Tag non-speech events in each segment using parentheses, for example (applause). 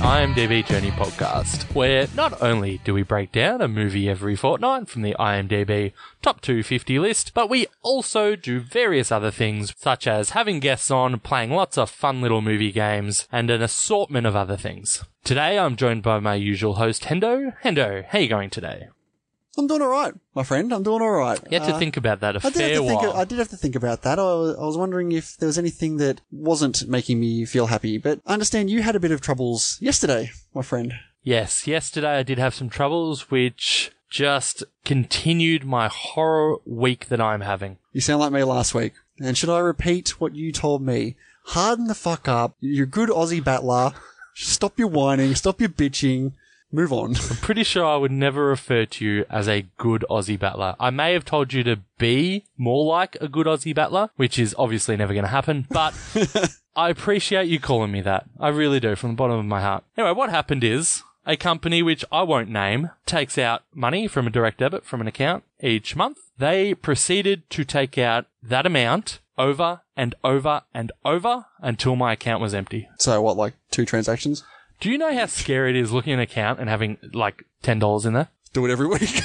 IMDb Journey podcast, where not only do we break down a movie every fortnight from the IMDb Top 250 list, but we also do various other things, such as having guests on, playing lots of fun little movie games, and an assortment of other things. Today, I'm joined by my usual host, Hendo. Hendo, how are you going today? I'm doing all right, my friend. I'm doing all right. You had to Uh, think about that a I did, fair have to think, while. I did have to think about that. I was, I was wondering if there was anything that wasn't making me feel happy, but I understand you had a bit of troubles yesterday, my friend. Yes, yesterday I did have some troubles which just continued my horror week that I'm having. You sound like me last week. And should I repeat what you told me? Harden the fuck up. You're a good Aussie battler. Stop your whining. Stop your bitching. Move on. (laughs) Pretty sure I would never refer to you as a good Aussie battler. I may have told you to be more like a good Aussie battler, which is obviously never going to happen, but I appreciate you calling me that. I really do, from the bottom of my heart. Anyway, what happened is a company which I won't name takes out money from a direct debit from an account each month. They proceeded to take out that amount over and over and over until my account was empty. so what, like two transactions? Do you know how scary it is looking at an account and having like $10 in there? Do it every (laughs) week.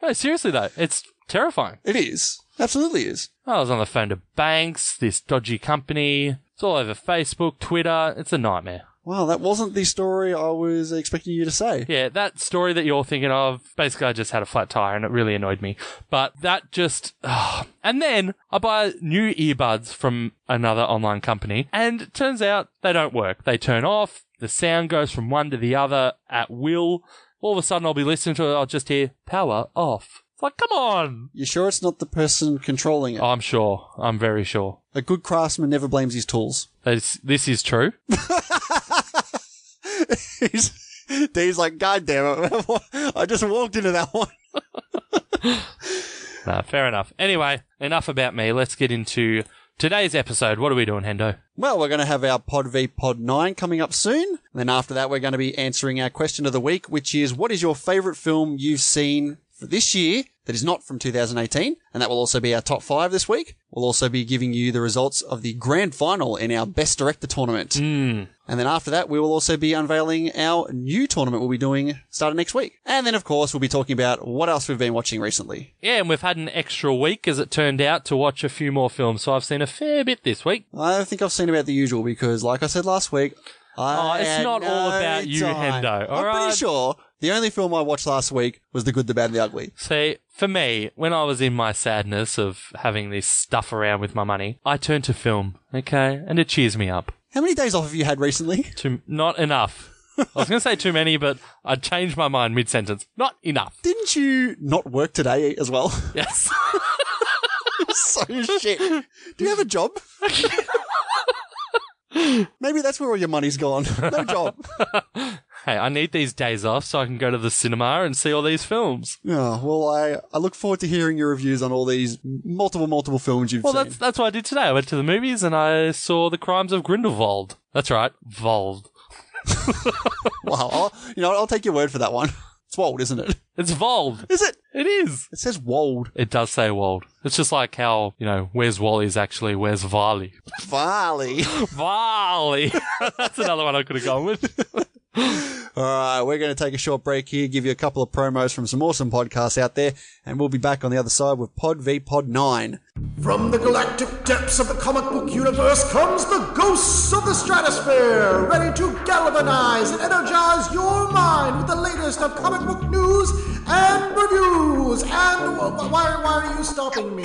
No, seriously though, it's terrifying. it is. Absolutely is. I was on the phone to banks, this dodgy company. It's all over Facebook, Twitter. It's a nightmare. Wow, that wasn't the story I was expecting you to say. Yeah, that story that you're thinking of, basically, I just had a flat tire and it really annoyed me. But that just. ugh. And then I buy new earbuds from another online company, and it turns out they don't work. They turn off, the sound goes from one to the other at will. All of a sudden, I'll be listening to it, I'll just hear power off. It's like, come on! You sure it's not the person controlling it? I'm sure. I'm very sure. A good craftsman never blames his tools. (laughs) This, this is true. he's, Dave's like, God damn it. (laughs) I just walked into that one. Nah, fair enough. Anyway, enough about me. Let's get into today's episode. What are we doing, Hendo? Well, we're going to have our Pod V Pod 9 coming up soon. And then after that, we're going to be answering our question of the week, which is what is your favorite film you've seen for this year that is not from 2018? And that will also be our top five this week. We'll also be giving you the results of the grand final in our Best Director tournament. And then after that, we will also be unveiling our new tournament we'll be doing starting next week. And then, of course, we'll be talking about what else we've been watching recently. Yeah, and we've had an extra week, as it turned out, to watch a few more films. So I've seen a fair bit this week. I think I've seen about the usual because, like I said last week, I Oh, it's had not all no about you, time. Hendo, all I'm right? pretty sure the only film I watched last week was The Good, the Bad, and the Ugly. See, for me, when I was in my sadness of having this stuff around with my money, I turned to film. Okay, and it cheers me up. How many days off have you had recently? (laughs) Too not enough. I was going to say too many, but I changed my mind mid sentence. Not enough. (laughs) Didn't you not work today as well? (laughs) Yes. so shit. Do you have a job? (laughs) Maybe that's where all your money's gone. (laughs) No job. hey, I need these days off so I can go to the cinema and see all these films. Oh, well, I, I look forward to hearing your reviews on all these multiple, multiple films you've Well, seen. that's that's what I did today. I went to the movies and I saw The Crimes of Grindelwald. That's right, Vold. (laughs) Wow. I'll, you know, I'll take your word for that one. It's Wold, isn't it? It's Vold. Is it? It is. It says Wold. It does say Wold. It's just like how you know where's Wally is actually where's Varley. Farley. Varley. (laughs) that's another one I could have gone with. (laughs) All right, we're going to take a short break here, give you a couple of promos from some awesome podcasts out there, and we'll be back on the other side with Pod v Pod 9. From the galactic depths of the comic book universe comes the ghosts of the stratosphere, ready to galvanize and energize your mind with the latest of comic book news and reviews. And why, why are you stopping me?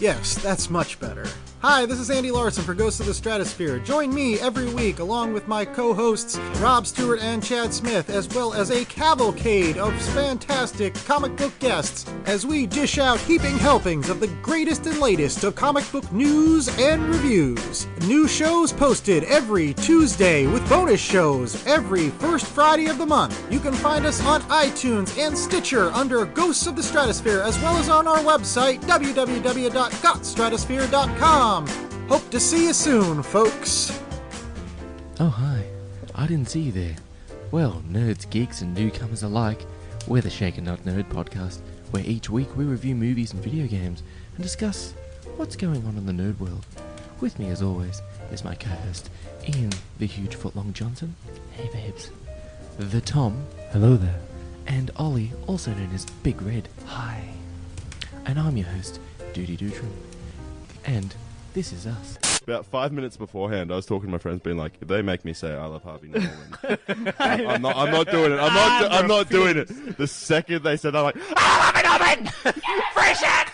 Yes, that's much better. Hi, this is Andy Larson for Ghosts of the Stratosphere. Join me every week along with my co hosts Rob Stewart and Chad Smith, as well as a cavalcade of fantastic comic book guests, as we dish out heaping helpings of the greatest and latest of comic book news and reviews. New shows posted every Tuesday with bonus shows every first Friday of the month. You can find us on iTunes and Stitcher under Ghosts of the Stratosphere, as well as on our website, www.gotstratosphere.com. Hope to see you soon, folks. Oh, hi. I didn't see you there. Well, nerds, geeks, and newcomers alike, we're the Shaken Not Nerd podcast, where each week we review movies and video games and discuss what's going on in the nerd world. With me, as always, is my co-host, Ian the Huge Footlong Johnson. Hey babes. The Tom. Hello there. And Ollie, also known as Big Red. Hi. And I'm your host, Doody Dootram. And this is us. About five minutes beforehand, I was talking to my friends, being like, if they make me say I love Harvey Norman, I'm, I'm not, I'm not doing it. I'm not, do- I'm not doing it. The second they said, that, I'm like, "Ah!" Robin! Fresh it!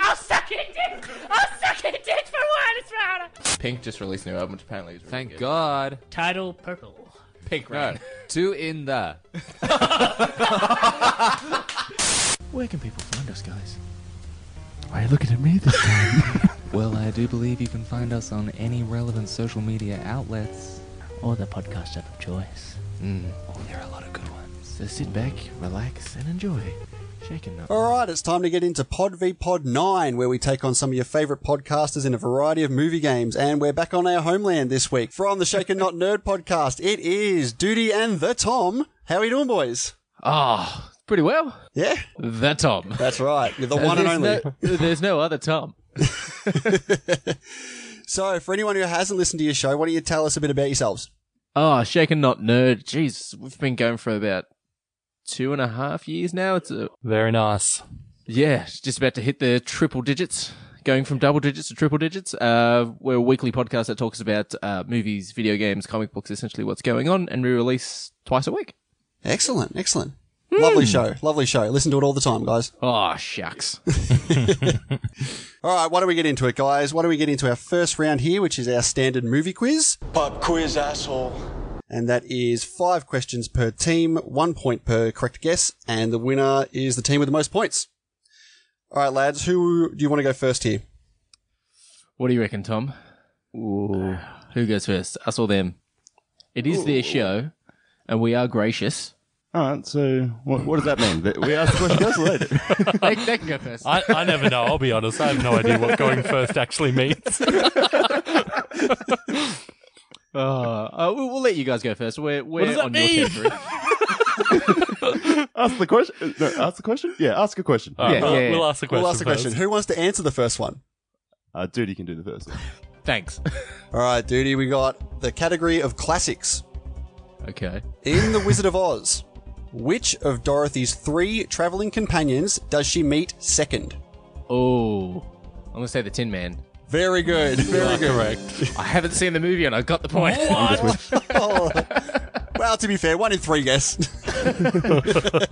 I'll suck your dick! I'll suck your dick for one! It's round! Pink just released a new album, which apparently is really Thank good. God. Title Purple. Pink No. Rain. Two in the. (laughs) Where can people find us, guys? Why are you looking at me this time? (laughs) well, I do believe you can find us on any relevant social media outlets. Or the podcast of choice. Mm. Oh, there are a lot of good ones. So sit back, relax, and enjoy. Shaken up. All right, it's time to get into Pod v Pod 9, where we take on some of your favorite podcasters in a variety of movie games. And we're back on our homeland this week from the Shaken Not Nerd podcast. It is Duty and the Tom. How are you doing, boys? Ah, pretty well. Yeah, The Tom. that's right. (laughs) You're the one and there's only. No, there's no other Tom. So, for anyone who hasn't listened to your show, why don't you tell us a bit about yourselves? Oh, shaken not nerd. Jeez, we've been going for about two and a half years now. It's a, Very nice. yeah, it's just about to hit the triple digits. Going from double digits to triple digits. Uh, we're a weekly podcast that talks about uh, movies, video games, comic books, essentially what's going on, and we release twice a week. Excellent, excellent. Lovely Hmm. show, lovely show. Listen to it all the time, guys. Oh, shucks. All right, why don't we get into it, guys? Why don't we get into our first round here, which is our standard movie quiz? Pop quiz, asshole. And that is five questions per team, one point per correct guess, and the winner is the team with the most points. All right, lads, who do you want to go first here? (laughs) what do you reckon, Tom? Ooh. Who goes first? Us or them? It is their show, and we are (laughs) gracious. all right, so what, what does that mean? That We asked the question, that's later. they, they can go first. I, I never know, I'll be honest. I have no idea what going first actually means. Uh, uh, we'll, we'll let you guys go first. We're, we're does that on mean? your territory. (laughs) Ask the question. No, ask the question? Yeah, ask a question. All right, Yeah, we'll, yeah, yeah. we'll ask the question. We'll ask the question. first. Who wants to answer the first one? Uh, dude, you can do the first one. (laughs) Thanks. All right, duty, we got the category of classics. Okay. In The Wizard of Oz, which of Dorothy's three traveling companions does she meet second? Oh, I'm gonna say the Tin Man. Very good, very good. (laughs) Correct. I haven't seen the movie and I got the (laughs) point. Oh. well, to be fair, one in three guess.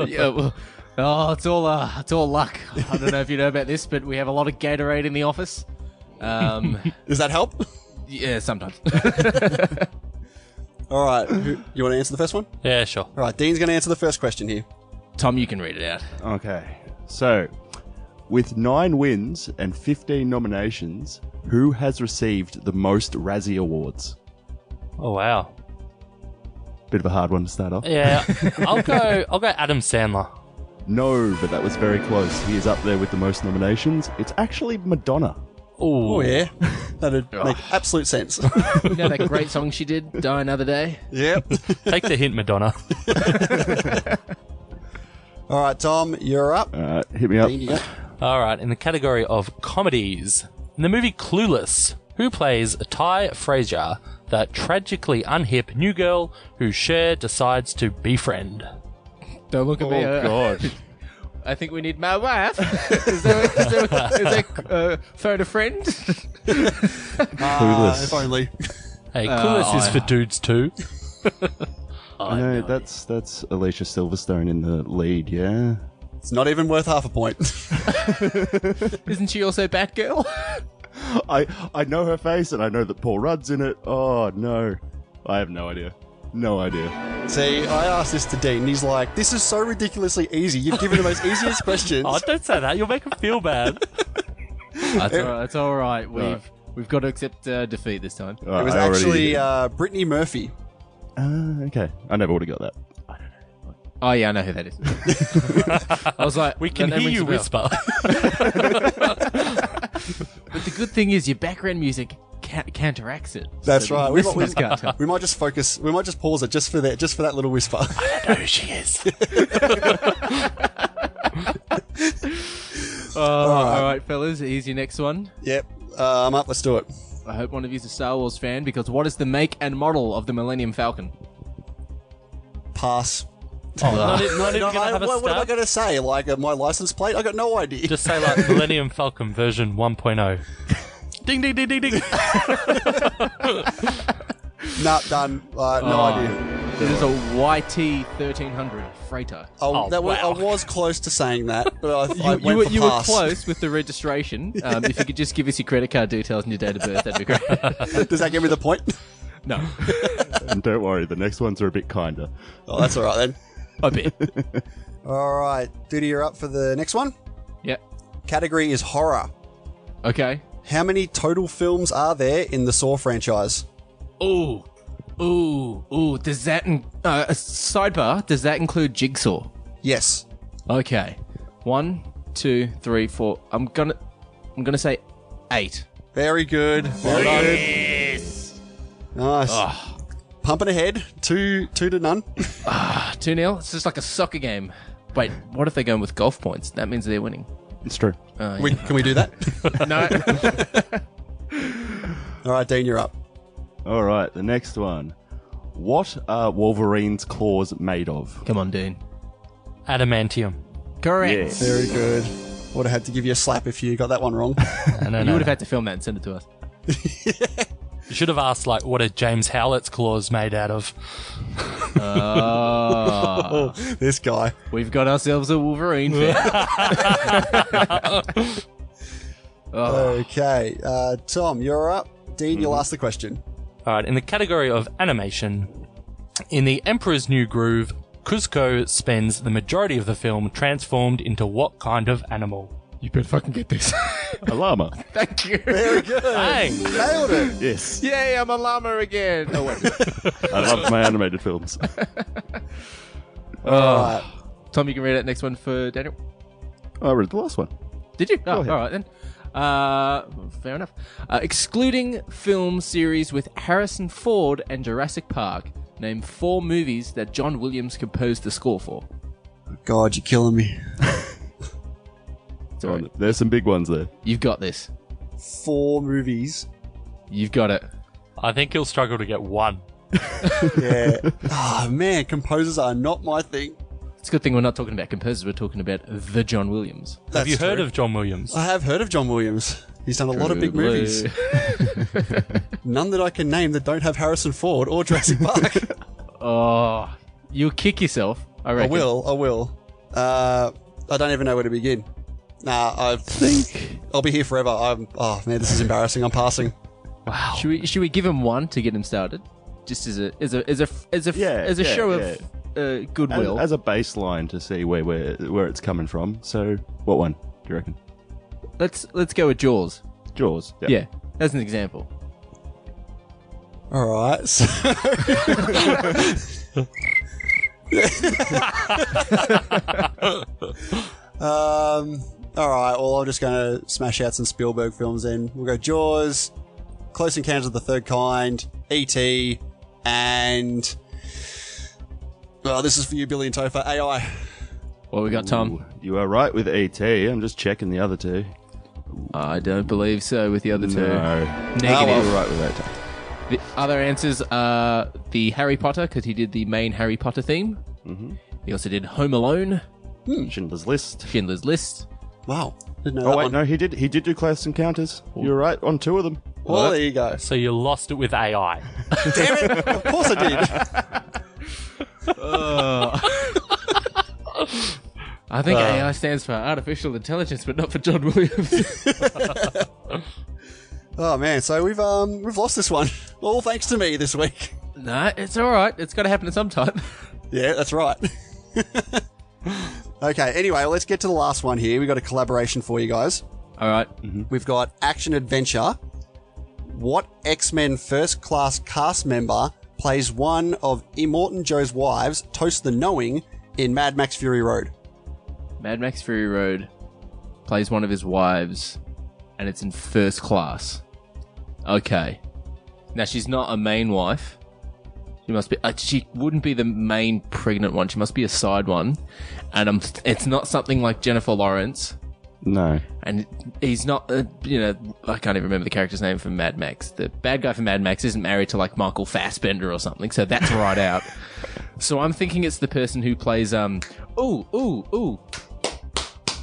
yeah, well, oh, it's all uh, it's all luck. I don't know if you know about this, but we have a lot of Gatorade in the office. (laughs) Um, Does that help? yeah, sometimes. All right, who, you want to answer the first one? Yeah, sure. All right, Dean's going to answer the first question here. Tom, you can read it out. Okay, so with nine wins and 15 nominations, who has received the most Razzie Awards? Oh wow. Bit of a hard one to start off. Yeah, I'll go. I'll go Adam Sandler. No, but that was very close. He is up there with the most nominations. It's actually Madonna. Oh yeah, (laughs) that'd make absolute sense. You know that great song she did, "Die Another Day." (laughs) yep. Take the hint, Madonna. (laughs) All right, Tom, you're up. Uh, hit me up. Dean, you go. All right, in the category of comedies, in the movie Clueless, who plays Ty Frazier, that tragically unhip new girl who Cher decides to befriend? Don't look at me. Oh (laughs) gosh. I think we need my (laughs) wife. is there, is there, is there uh, phone a friend? Ah, Clueless. Uh, if only. Hey, Clueless is I- for dudes too. I know that's that's Alicia Silverstone in the lead, yeah. It's not even worth half a point. (laughs) Isn't she also Batgirl? I I know her face and I know that Paul Rudd's in it. Oh no. I have no idea. No idea. See, I asked this to Dean. He's like, "This is so ridiculously easy. You've given the most (laughs) easiest questions." Oh, don't say that. You'll make him feel bad. That's all right. That's all right. We've we've got to accept uh, defeat this time. Uh, it was I already- actually uh, Brittany Murphy. Ah, okay. I never would have got that. Oh yeah, I know who that is. I was like, We that can name hear rings you a bell. whisper. (laughs) But the good thing is your background music ca- counteracts it. That's So right. The We might- listeners we- can't tell. We might just focus. We might just pause it just for that. Just for that little whisper. (laughs) I know who she is. Oh, all right, fellas. Here's your next one. yep. Uh, I'm up. Let's do it. I hope one of you's a Star Wars fan because what is the make and model of the Millennium Falcon? Pass. Not, e- (laughs) not even No, gonna I- have a what, what am I stab? going to say? Like uh, my license plate? I got no idea. Just say like Millennium Falcon version oh. 1.0. ding ding ding ding ding. (laughs) nah, done. Uh, Oh. no idea. It is a YT 1300 freighter. I, Oh, that wa- wow. I was close to saying that, but I, I (laughs) You, went you, were, for you were pass. close with the registration. Um, if you could just give us your credit card details and your date of birth, that'd be (laughs) great. Does that give me the point? (laughs) (laughs) no, (laughs) And don't worry, the next ones are a bit kinder. Oh, that's all right then. a bit. All right, Duty, you're up for the next one. Yeah. Category is horror. Okay. How many total films are there in the Saw franchise? Ooh, ooh, ooh. Does that in- uh, a sidebar? Does that include Jigsaw? Yes. Okay. One, two, three, four. I'm gonna, I'm gonna say eight. Very good. Well done. Nice. Pumping ahead. Two, two to none. Two 0 It's just like a soccer game. Wait, what if they're going with golf points? That means they're winning. It's true. We, can we (laughs) do that? (laughs) No. All right, Dean, you're up. All right, the next one. What are Wolverine's claws made of? (laughs) Come on, Dean. Adamantium. Correct. Very good. Would have had to give you a slap if you got that one (laughs) wrong. No, no, You no. would have had to film that and send it to us. You should have asked like, what are James Howlett's claws made out of? this guy. We've got ourselves a Wolverine fan. Okay, uh, Tom, you're up. Dean, you'll Mm-hmm. ask the question. All right, in the category of animation, in The Emperor's New Groove, Cusco spends the majority of the film transformed into what kind of animal? (laughs) you better fucking get this. A llama. (laughs) (laughs) Thank you. Bang! Nailed it. (laughs) Yes. Yay, I'm a llama again. Oh, wait. (laughs) I love my animated films. Tom, you can read that next one for Daniel. (laughs) I read the last one. Did you? Oh, all right then. Uh, fair enough. Uh, excluding film series with Harrison Ford and Jurassic Park, name four movies that John Williams composed the score for. God, you're killing me. Sorry. There's some big ones there. You've got this. Four movies. You've got it. I think he'll struggle to get one. Yeah. oh, man, composers are not my thing. It's a good thing we're not talking about composers. We're talking about the John Williams. Have you heard true. of John Williams? I have heard of John Williams. He's done a lot of big movies. None that I can name that don't have Harrison Ford or Jurassic Park. Oh, (laughs) you'll kick yourself. I I reckon. (laughs) will. I will. Uh, I don't even know where to begin. Nah, I think I'll be here forever. I'm. Oh man, this is embarrassing. I'm passing. Should we should we give him one to get him started? Just as a as a as a as a Yeah, as a yeah, show yeah. of uh, As, goodwill. as a baseline to see where, where where it's coming from. So, what one do you reckon? let's let's go with Jaws. Jaws. Yeah, as an example. All right. So (laughs) um. All right. Well, I'm just going to smash out some Spielberg films. Then we'll go Jaws, Close Encounters of the Third Kind, E.T., and well, this is for you, Billy and Topher. AI. What we got, Tom? You are right with ET. I'm just checking the other two. I don't believe so. With the other two, No. Oh, negative. well. You're right with E ET. The other answers are the Harry Potter because he did the main Harry Potter theme. He also did Home Alone, Schindler's List. Schindler's List. Wow. Didn't know Oh that wait, one. no, he did. He did do Close Encounters. You're right on two of them. Well, there you go. So you lost it with AI. (laughs) Damn it! Of course I did. I think AI stands for artificial intelligence, but not for John Williams. (laughs) (laughs) Oh man, so we've um we've lost this one. (laughs) All thanks to me this week. (laughs) nah, it's all right. It's got to happen at some time. (laughs) Yeah, that's right. (laughs) okay, anyway, let's get to the last one here. We've got a collaboration for you guys. All right. We've got Action Adventure. What X Men First Class cast member plays one of Immortan Joe's wives, Toast the Knowing, in Mad Max Fury Road? (laughs) Mad Max Fury Road plays one of his wives, and it's in first class. Okay. Now she's not a main wife. She must be. Uh, she wouldn't be the main pregnant one. She must be a side one, and i it's not something like Jennifer Lawrence No. and he's not, uh, you know, I can't even remember the character's name from Mad Max. The bad guy from Mad Max isn't married to like Michael Fassbender or something, so that's right out. So I'm thinking it's the person who plays, um, ooh, ooh, ooh.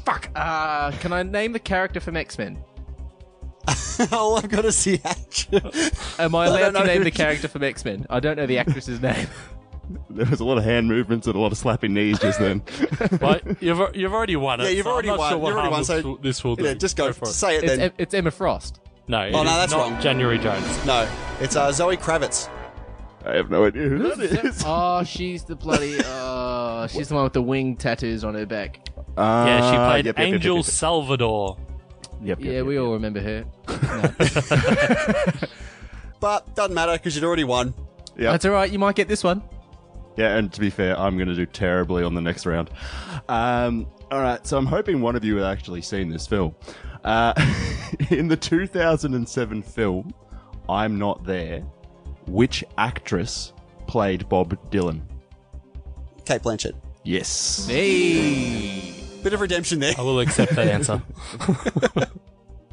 Fuck. Uh, can I name the character from X Men? All I've got to see action. Am I allowed don't to know name who the she- character from X Men? I don't know the actress's name. There was a lot of hand movements and a lot of slapping knees just then. (laughs) But you've you've already won it. Yeah, you've so I'm already not won. Sure what You've already harm won, This so- will, this will do. yeah, just go, for it. say it It's, then. Em- it's Emma Frost. No, it Oh, no, is that's not wrong. January Jones. no, it's uh, Zoe Kravitz. I have no idea who that is. (laughs) Oh, she's the bloody. Oh, she's the one with the wing tattoos on her back. Yeah, she Ah, played yep, yep, yep, yep, Angel yep. Salvador. Yep, yep, Yeah, yep, we yep. all remember her. But doesn't matter because you'd already won. Yep. That's all right. You might get this one. Yeah, and to be fair, I'm going to do terribly on the next round. Um, all right, so I'm hoping one of you have actually seen this film. Uh, (laughs) in the 2007 film, I'm Not There, which actress played Bob Dylan? Kate Blanchett. Yes. Hey. Bit of redemption there. I will accept (laughs) that answer.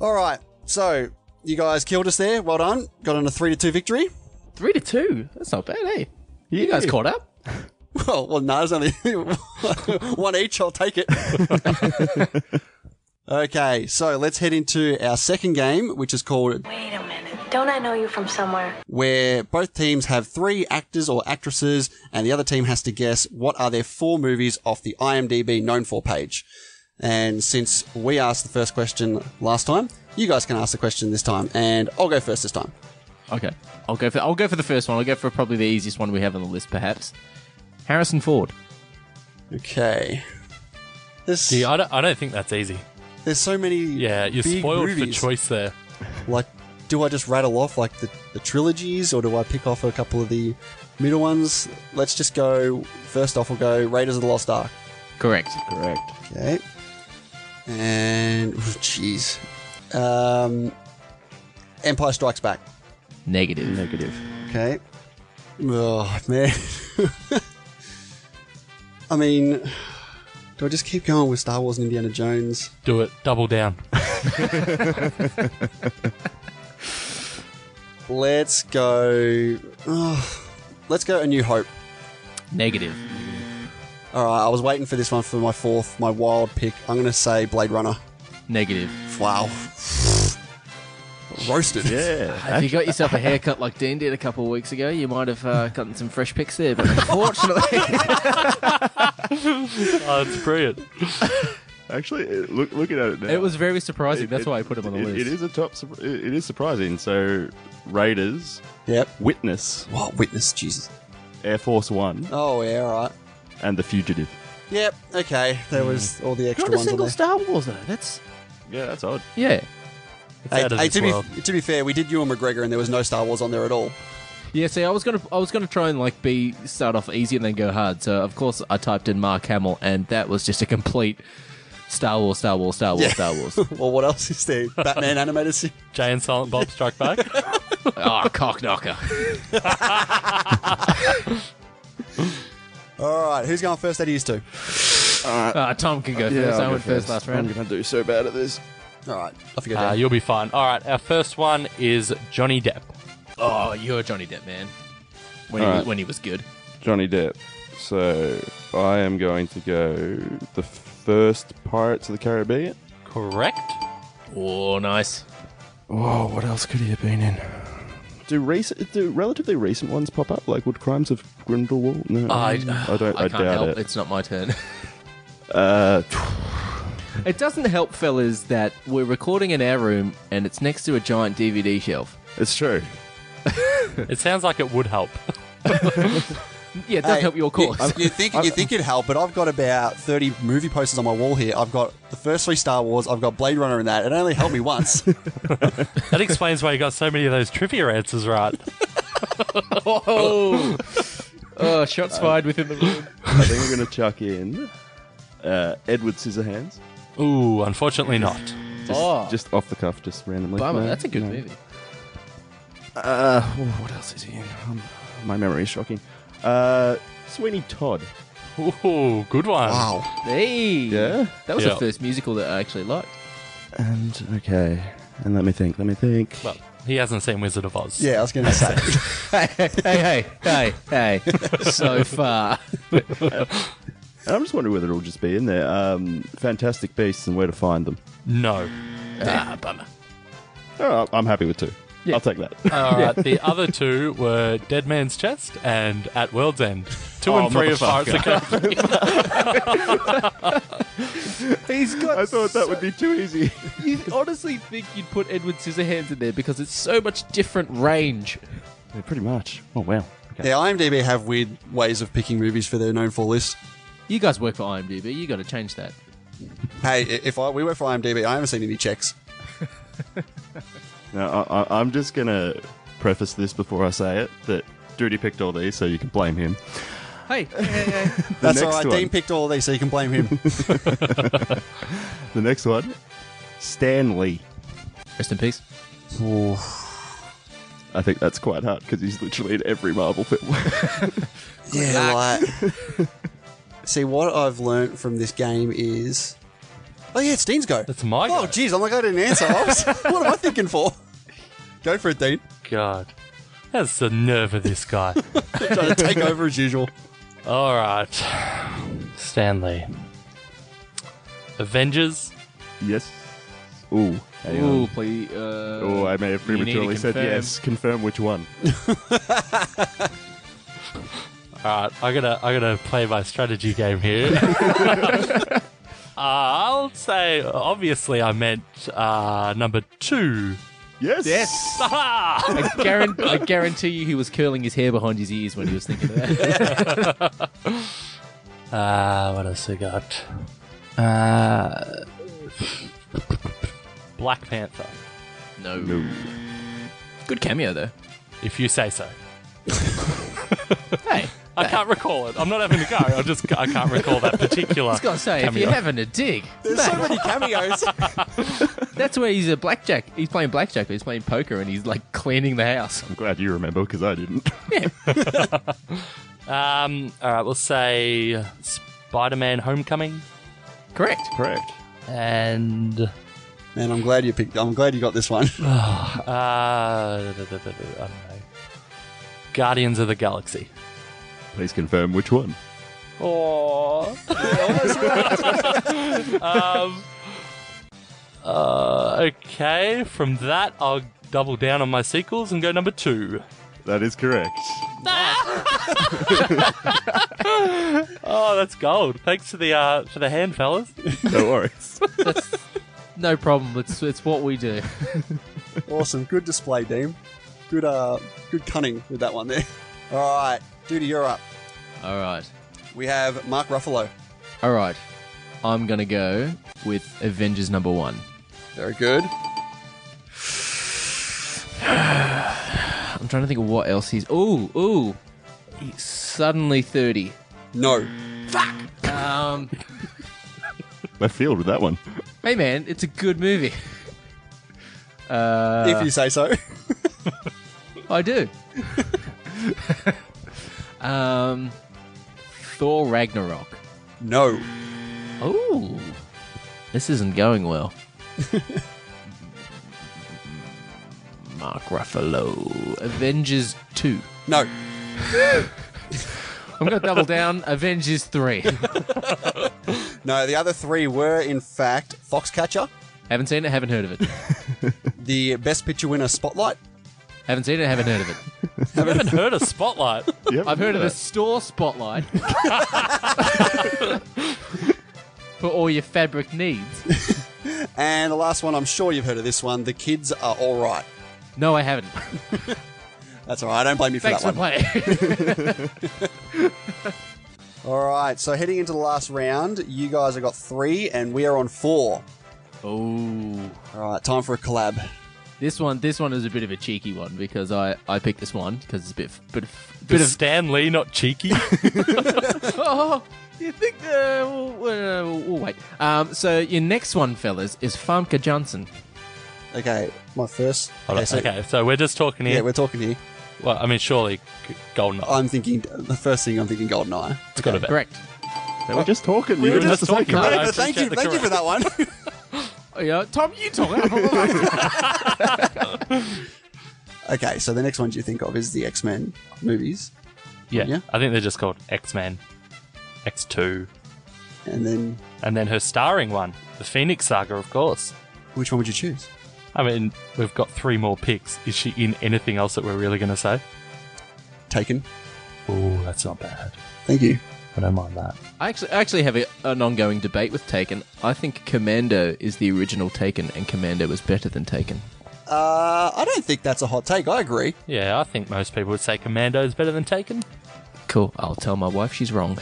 All right. So you guys killed us there. Well done. Got on a three to two victory. (laughs) Three to two. That's not bad, eh? You guys caught up. Well, well, no, there's only (laughs) one each. I'll take it. okay, so let's head into our second game, which is called Wait a minute. Don't I know you from somewhere? where both teams have three actors or actresses, and the other team has to guess what are their four movies off the IMDb known for page. And since we asked the first question last time, you guys can ask the question this time, and I'll go first this time. Okay. I'll go for I'll go for the first one. I'll go for probably the easiest one we have on the list, perhaps. Harrison Ford. Okay. This, Gee, I don't, I don't think that's easy. there's so many. Yeah, you're big spoiled movies. for choice there. like do i just rattle off like the, the trilogies or do i pick off a couple of the middle ones let's just go first off we'll go raiders of the lost ark Correct. Correct. okay and oh, jeez um, empire strikes back Negative. Negative. okay oh man (laughs) i mean do i just keep going with star wars and indiana jones Do it. Double down. let's go oh, let's go a new hope Negative. All right, I was waiting for this one for my fourth, my wild pick. I'm going to say Blade Runner. Negative. Wow. (sighs) Roasted. Yeah. If you got yourself a haircut like Dean did a couple of weeks ago, you might have uh, gotten some fresh pics there, but unfortunately Oh, that's brilliant. Actually, it- look, looking at it now. (laughs) it was very surprising. it- That's it- why I put him on the it- list. It is a top. sur- It it is surprising. So, Raiders, Yep. Witness, Wow, witness, Jesus. Air Force One, Oh, yeah, all right. and The Fugitive. Yep, okay. There was all the extra Not a ones single on there. Star Wars though. That's Yeah, that's odd. yeah. It's out of hey, this to, world. be, to be fair, we did Ewan McGregor and there was no Star Wars on there at all. Yeah, see, I was gonna, I was gonna try and like be start off easy and then go hard. So of course, I typed in Mark Hamill, and that was just a complete Star Wars, Star Wars, Star Wars, Yeah. Star Wars. Well, what else is (laughs) there? Batman animated series. Jay and Silent Bob Strike (laughs) Back. Ah, cock knocker. All right, who's going first out of you two? Ah, Tom can go first. I went first last round. gonna do so bad at this. All right, off you go. Uh, Dan. you'll be fine. All right, our first one is Johnny Depp. Oh, you're Johnny Depp, man. When he, All was, right. when he was good. Johnny Depp. So I am going to go the first Pirates of the Caribbean. Correct? Oh, nice. Oh, what else could he have been in? Do recent, do relatively recent ones pop up? Like would Crimes of Grindelwald? No, I, I don't. I, can't doubt help. it. It's not my turn. (laughs) Uh, it doesn't help, fellas, that we're recording in our room and it's next to a giant DVD shelf. it's true. It sounds like it would help. (laughs) Yeah, it does Hey, help your cause. (laughs) (laughs) You, you think you think it'd help, but I've got about thirty movie posters on my wall here. I've got the first three Star Wars. I've got Blade Runner in that. It only helped me (laughs) once. That explains why you got so many of those trivia answers right. Oh, oh shots fired within the room. I think we're gonna chuck in uh, Edward Scissorhands. Ooh, unfortunately not. Just, Oh. just off the cuff, just randomly. Bummer, No, that's a good no. movie. Uh, oh, what else is he in? Um, my memory is shocking. Uh, Sweeney Todd. Ooh, good one. wow. Hey, Yeah? that was Yeah. the first musical that I actually liked. And okay, and let me think. Let me think. Well, he hasn't seen Wizard of Oz. Yeah, I was going to say. hey, hey, hey, hey, hey. so far. And I'm just wondering whether it'll just be in there. Um, fantastic beasts and where to find them. (laughs) No. ah, bummer. Oh, I'm happy with two. I'll take that. All right. The other two were Dead Man's Chest and At World's End. Two Oh, and three of Pirates of the (laughs) Caribbean. He's got. (laughs) I thought that would be too easy. You honestly think you'd put Edward Scissorhands in there because it's so much different range. Yeah, pretty much. Oh wow. (laughs) Okay. yeah, IMDb have weird ways of picking movies for their known for list. You guys work for IMDb. You got to change that. Hey, i- if I, we were for IMDb, I haven't seen any checks. Now, I, I, I'm just gonna preface this before I say it that Duty picked all these, so you can blame him. Hey, The That's all next right. one, Dean picked all of these, so you can blame him. The next one, Stan Lee. rest in peace. I think that's quite hard because he's literally in every Marvel film. (laughs) yeah, like. (laughs) See, what I've learnt from this game is. Oh, yeah, it's Dean's go. That's my Oh, go. jeez, I'm like, I didn't answer. I was- (laughs) what am I thinking for? Go for it, Dean. (laughs) God. That's the nerve of this guy. (laughs) Trying to take over as usual. All right. Stanley. Avengers. yes. Ooh. hang on. Ooh, please. Uh, Oh, I may have you need to prematurely said confirm. yes. Confirm which one. All right. I gotta I gotta play my strategy game (laughs) here. Uh, I'll say obviously I meant uh, number two. Ah! Yes. Yes. Ha! I, guaran- I guarantee you he was curling his hair behind his ears when he was thinking of that. Uh, what else we got? Uh, Black Panther. (laughs) no. Good cameo, though. If you say so. Hey. I can't recall it. I'm not having a go. I just I can't recall that particular. (laughs) I was gonna say, if cameo. you're having a dig, There's so many (laughs) cameos. that's where he's a blackjack. He's playing blackjack, but he's playing poker, and he's like cleaning the house. I'm glad you remember because I didn't. Um, all right, we'll say Spider-Man: Homecoming (laughs) Correct. Correct. and Man, I'm glad you picked. I'm glad you got this (laughs) one. uh, I don't know, uh, Guardians of the Galaxy. Please confirm which one. Oh. (laughs) um, uh, okay, from that I'll double down on my sequels and go number two. That is correct. Oh, that's gold! Thanks to the uh, for the hand, fellas. (laughs) No worries. No problem. It's it's what we do. awesome, good display, Dean. Good, uh, good cunning with that one there. (laughs) All right, Judy, you're up. (laughs) All right. We have Mark Ruffalo. All right. I'm gonna go with Avengers number one. Very good. I'm trying to think of what else he's. Ooh, ooh. He's suddenly thirty. No, Um, Left field with that one. (laughs) hey man, it's a good movie. if you say so. (laughs) I (laughs) do. um, Thor Ragnarok. no, Oh, this isn't going (laughs) well. Mark Ruffalo, Avengers two. no, I'm gonna (laughs) double down. Avengers three. no. The other three were, in fact, Foxcatcher, haven't seen it. Haven't heard of it. the Best Picture winner, Spotlight. Haven't seen it. Haven't heard of it. I haven't heard of (laughs) Spotlight. You haven't I've heard of that. the store spotlight. For all your fabric needs. And the last one, I'm sure you've heard of this one. The kids are all right. No, (laughs) I haven't. That's all right. Don't blame you for Thanks that for one. playing. (laughs) all right. So heading into the last round, you guys have got three, and we are on four. oh, All right. Time for a collab. this one, this one is a bit of a cheeky one because I, I picked this one because it's a bit, bit of, bit Is of. Stan Lee not (laughs) cheeky? Oh, you think? Uh, we'll, we'll, we'll wait. Um, so your next one, fellas, is Famke Johnson. Okay. My first. Hold on, so- okay, so we're just talking Yeah, here. we're Oh, talking here. well, I mean, surely G- Goldeneye. I'm thinking the first thing I'm thinking Goldeneye. it's got to be. Correct. They were just talking. We You were didn't have just to (laughs) say talking. correct. I Thank you, appreciate the (laughs) thank you for that one. Yeah, Tom, you talk. Okay, so the next ones you think of is the X Men movies, Yeah. Yeah. I think they're just called X Men, X Two, and then and then her starring one, the Phoenix Saga, of course. which one would you choose? I mean, we've got three more picks. Is she in anything else that we're really going to say? Taken. Oh, that's not bad. Thank you. I don't mind that. (laughs) I actually, I actually have a, an ongoing debate with Taken. I think Commando is the original Taken, and Commando was better than Taken. Uh, I don't think that's a hot take. I agree. Yeah, I think most people would say Commando is better than Taken. Cool. I'll tell my wife she's wrong.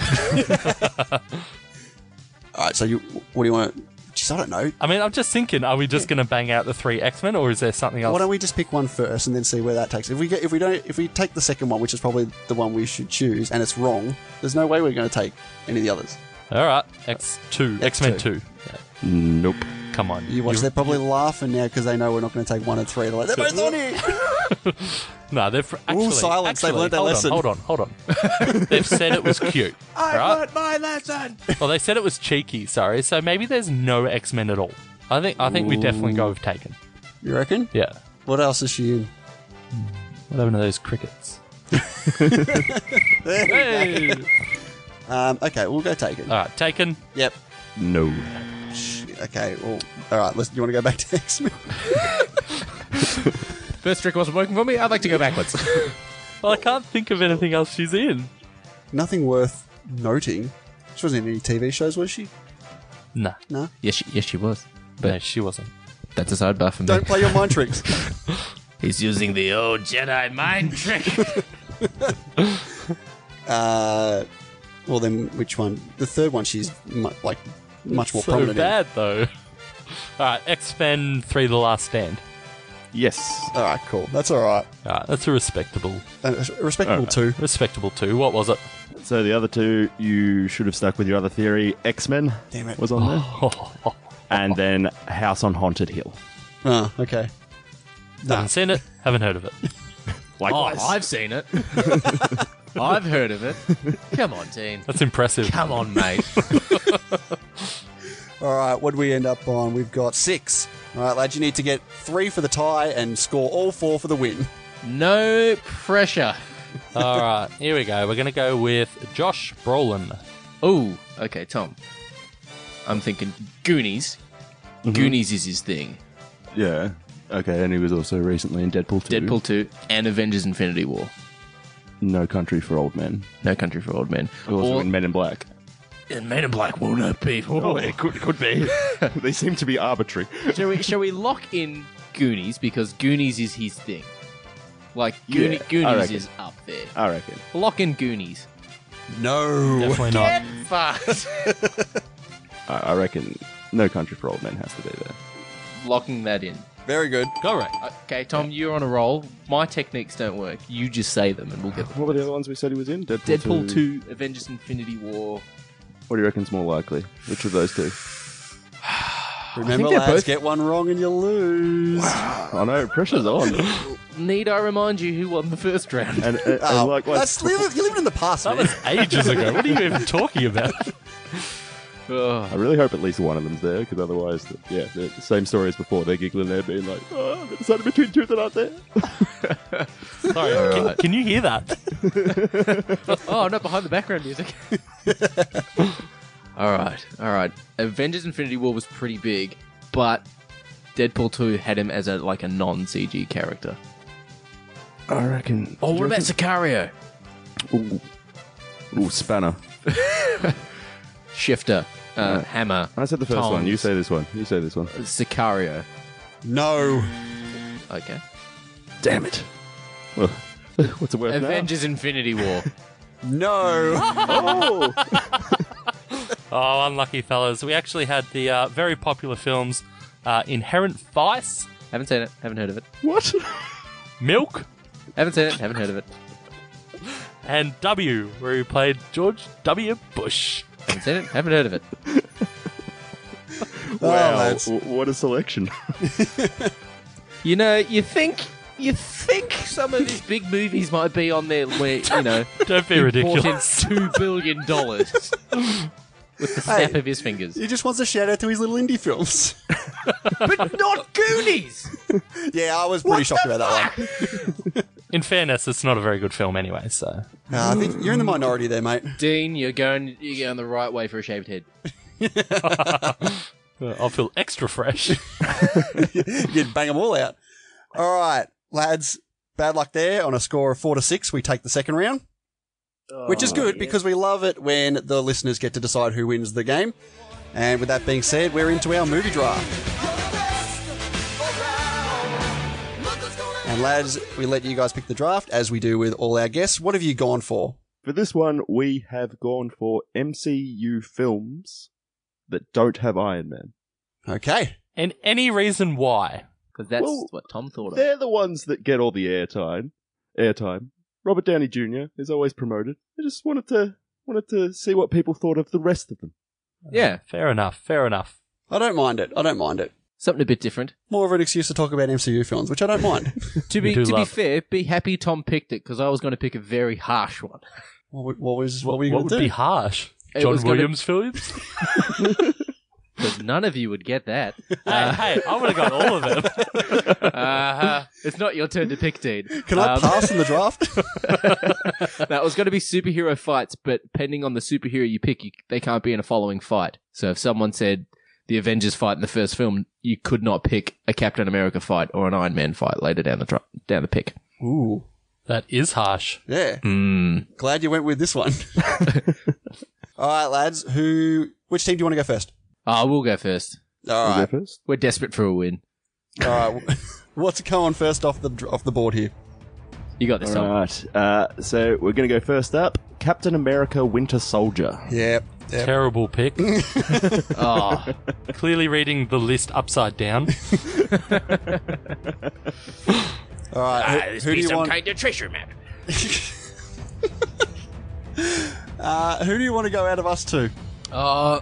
All right, so you, what do you want? Jeez, I don't know. I mean, I'm just thinking, are we just going to bang out the three X Men, or is there something else? Why don't we just pick one first and then see where that takes? If we get, if we don't, if we take the second one, which is probably the one we should choose, and it's wrong, there's no way we're going to take any of the others. All right, X Two, X Men Two. Nope. Come on, You watch, they're probably laughing now because they know we're not going to take one and three. They're like, they're both on it. No, they've fr- actually. silence, they've actually, learned their hold on, lesson. hold on, hold on. they've said it was cute. I learned my lesson. Well, they said it was cheeky. Sorry. So maybe there's no X Men at all. I think. I think we definitely go with Taken. You reckon? Yeah. What else is she in? What happened to those crickets? Hey! Um, okay, we'll go take it. All right, Taken. Yep. No. Sh- Okay. Well, all right. Listen, you want to go back (laughs) to X Men? (laughs) First trick wasn't working for me. I'd like to go backwards. Well, I can't think of anything else she's in. Nothing worth noting. She wasn't in any TV shows, was she? Nah, No. (laughs) yes, she, yes, she was. no, she wasn't. That's a sidebar for me. Don't play your mind tricks. He's using the old Jedi mind trick. Uh, well, then which one? The third one. She's mu- like much more so prominent. in. bad though. All right, X Men Three: The Last Stand. Yes. All right. Cool. That's all right. All right, that's a respectable, Uh, respectable too. respectable two. What was it? (laughs) So the other two, you should have stuck with your other theory. X Men Damn it. was on there, Oh. and then House on Haunted Hill. Oh, okay. Haven't seen it. Haven't heard of it. Oh, Likewise. I've seen (laughs) it. I've heard of it. Come on, team. That's impressive. (laughs) Come on, mate. All right. What do we end up on? We've got six. All right, lad. You need to get three for the tie and score all four for the win. No pressure. All right, here we go. We're going to go with Josh Brolin. Oh, okay, Tom. I'm thinking Goonies. Mm-hmm. Goonies is his thing. yeah. Okay, and he was also recently in Deadpool 2. Deadpool 2 and Avengers Infinity War. No Country for Old Men. No Country for Old Men. Also Or- in Men in Black. (laughs) And Men in Black will not people. Oh, could, could be. they seem to be arbitrary. Oh. (laughs) shall, we, shall we lock in Goonies because Goonies is his thing? Like, Gooni- Yeah, I Goonies reckon. is up there. I reckon. Lock in Goonies. No. Definitely not. Fuck. I, I reckon No Country for Old Men has to be there. (laughs) Locking that in. (laughs) Very good. Correct. Okay, Tom, you're on a roll. My techniques don't work. You just say them and we'll get them. What were the other ones we said he was in? Deadpool, Deadpool 2, Avengers Infinity War. What do you reckon's more likely? Which of those two? Remember, they're lads, both- get one wrong and you lose. I know, pressure's on. Need I remind you who won the first round? (laughs) And, and, and Oh, likewise, that's, you're living in the past, That man. was ages ago. What are you even talking about? Ugh. I really hope at least one of them's there, because otherwise, th- yeah, the the same story as before. They're giggling there, being like, oh, they decided between two that aren't there. (laughs) Sorry, can, can you hear that? Oh, I'm not behind the background (laughs) music. (laughs) all right, all right. Avengers: Infinity War was pretty big, but Deadpool 2 had him as a like a non CG character. (laughs) I reckon. Oh, what about Sicario? Ooh. Ooh, Spanner. Shifter, uh, Right. Hammer. I said the first one. You say this one. You say this one. Sicario. No. Okay. Damn it. Well, (laughs) what's it worth Avengers: Infinity (laughs) War. No. now? Oh! Oh, unlucky fellas. We actually had the uh, very popular films uh, Inherent Vice, haven't seen it. Haven't heard of it. what? Milk, Haven't seen it. Haven't heard of it. and W, where he played George W. Bush. Haven't seen it. Haven't heard of it. Wow, lads. w- what a selection. You know, you think you think some of these big movies might be on there where (laughs) you know Don't be bought in ridiculous. two billion dollars. with the snap of his fingers. He just wants a shout out to his little indie films. (laughs) but not Goonies. yeah, I was pretty shocked about that one. In fairness, it's not a very good film anyway, so. Uh, I think you're in the minority there, mate. Dean, you're going you're going the right way for a shaved head. uh, I'll feel extra (laughs) fresh. (laughs) You'd bang them all out. All right, lads. Bad luck there. On a score of four to six, we take the second round, which Oh, is good because we love it when the listeners get to decide who wins the game. And with that being said, we're into our movie draft. And lads, we let you guys pick the draft as we do with all our guests. What have you gone for? For this one, we have gone for MCU films that don't have Iron Man. Okay. and any reason why? Because that's Well, what Tom thought of. They're the ones that get all the airtime. Airtime. Robert Downey Jr. is always promoted. I just wanted to wanted to see what people thought of the rest of them. Yeah, Fair enough, fair enough. I don't mind it. I don't mind it. something a bit different. More of an excuse to talk about MCU films, which I (laughs) don't mind. To We be do to be love- fair, be happy Tom picked it because I was going to pick a very harsh one. what, would- what was what were you What going would to do? be harsh? It John was gonna- Williams films? Because none of you would get that. (laughs) hey, hey, I would have got all of (laughs) them. Uh-huh. Uh, it's not your turn to pick, Dean. Can I Um, pass in the draft? that was going to be superhero fights, but depending on the superhero you pick, you, they can't be in a following fight. So if someone said the Avengers fight in the first film, you could not pick a Captain America fight or an Iron Man fight later down the tr- down the pick. Ooh. That is harsh. Yeah. Hmm. Mm. Glad you went with (laughs) this one. All right, lads. Who? Which team do you want to go first? Ah, we'll go first. All I'll go right. first. We're desperate for a win. All right. (laughs) What's going first off the off the board here? You got this, All Tom. right. Uh, so we're going to go first up. Captain America: Winter Soldier. Yep. yep. Terrible pick. Oh, (laughs) Clearly reading the list upside down. All Uh, right. Who, who do you want? kind of treasure map. (laughs) Uh, who do you want to go out of us two? Uh,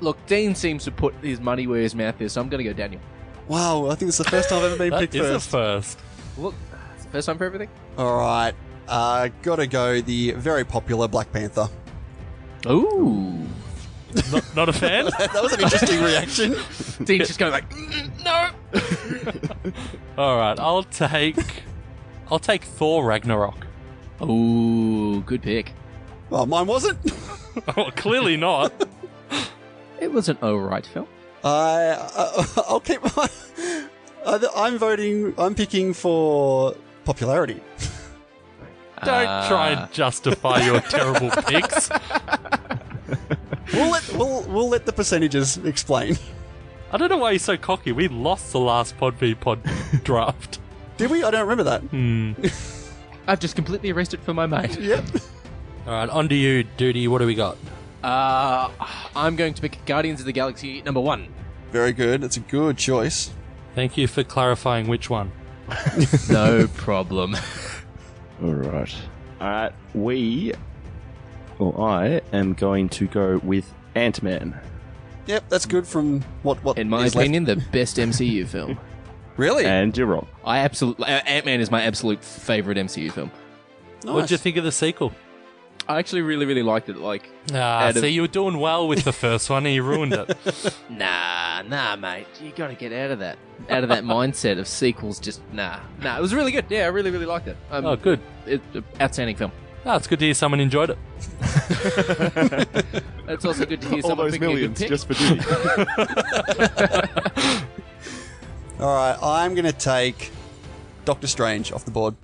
look, Dean seems to put his money where his mouth is, so I'm going to go Daniel. Wow. I think it's the first time I've ever been That picked is first. the first. Look, it's the first time for everything. All right. Uh, gotta go. The very popular Black Panther. (laughs) Ooh, Not, not a fan? That was an interesting reaction. Dean's just going like, "Mm, no. All right, I'll take. I'll take Thor Ragnarok. (laughs) Ooh, good pick. Well, mine wasn't. (laughs) Oh, clearly not. It was an alright film. I uh, (laughs) I'll keep my. I- I'm voting. I'm picking for popularity. Don't try Uh, and justify (laughs) your terrible picks. We'll let we'll, we'll let the percentages explain. (laughs) I don't know why you're so cocky. We lost the last Pod v Pod draft. Did we? I don't remember that. I've just completely erased it from my mind. Yep. All right, on to you, Duty. What do we got? (laughs) Uh, I'm going to pick Guardians of the Galaxy number one. Very good. It's a good choice. Thank you for clarifying which one. No problem. All right. All right. We, or I, am going to go with Ant Man. Yep, that's good from what what In my is left. opinion, the best MCU film. Really? And you're wrong. I absolutely Ant Man is my absolute favorite MCU film. nice. What'd you think of the sequel? I actually really, really liked it. Like, Ah, Adam- see, you were doing well with the first one, and you ruined (laughs) it. nah, nah, mate. You got to get out of that, out of that (laughs) mindset of sequels. Just nah, nah. It was really good. Yeah, I really, really liked it. Um, Oh, good. It, it- outstanding film. Ah, it's good to hear someone enjoyed it. It's also good to (laughs) hear All someone those picking millions a good pick. just for Diddy. (laughs) All right, I'm gonna take Doctor Strange off the board.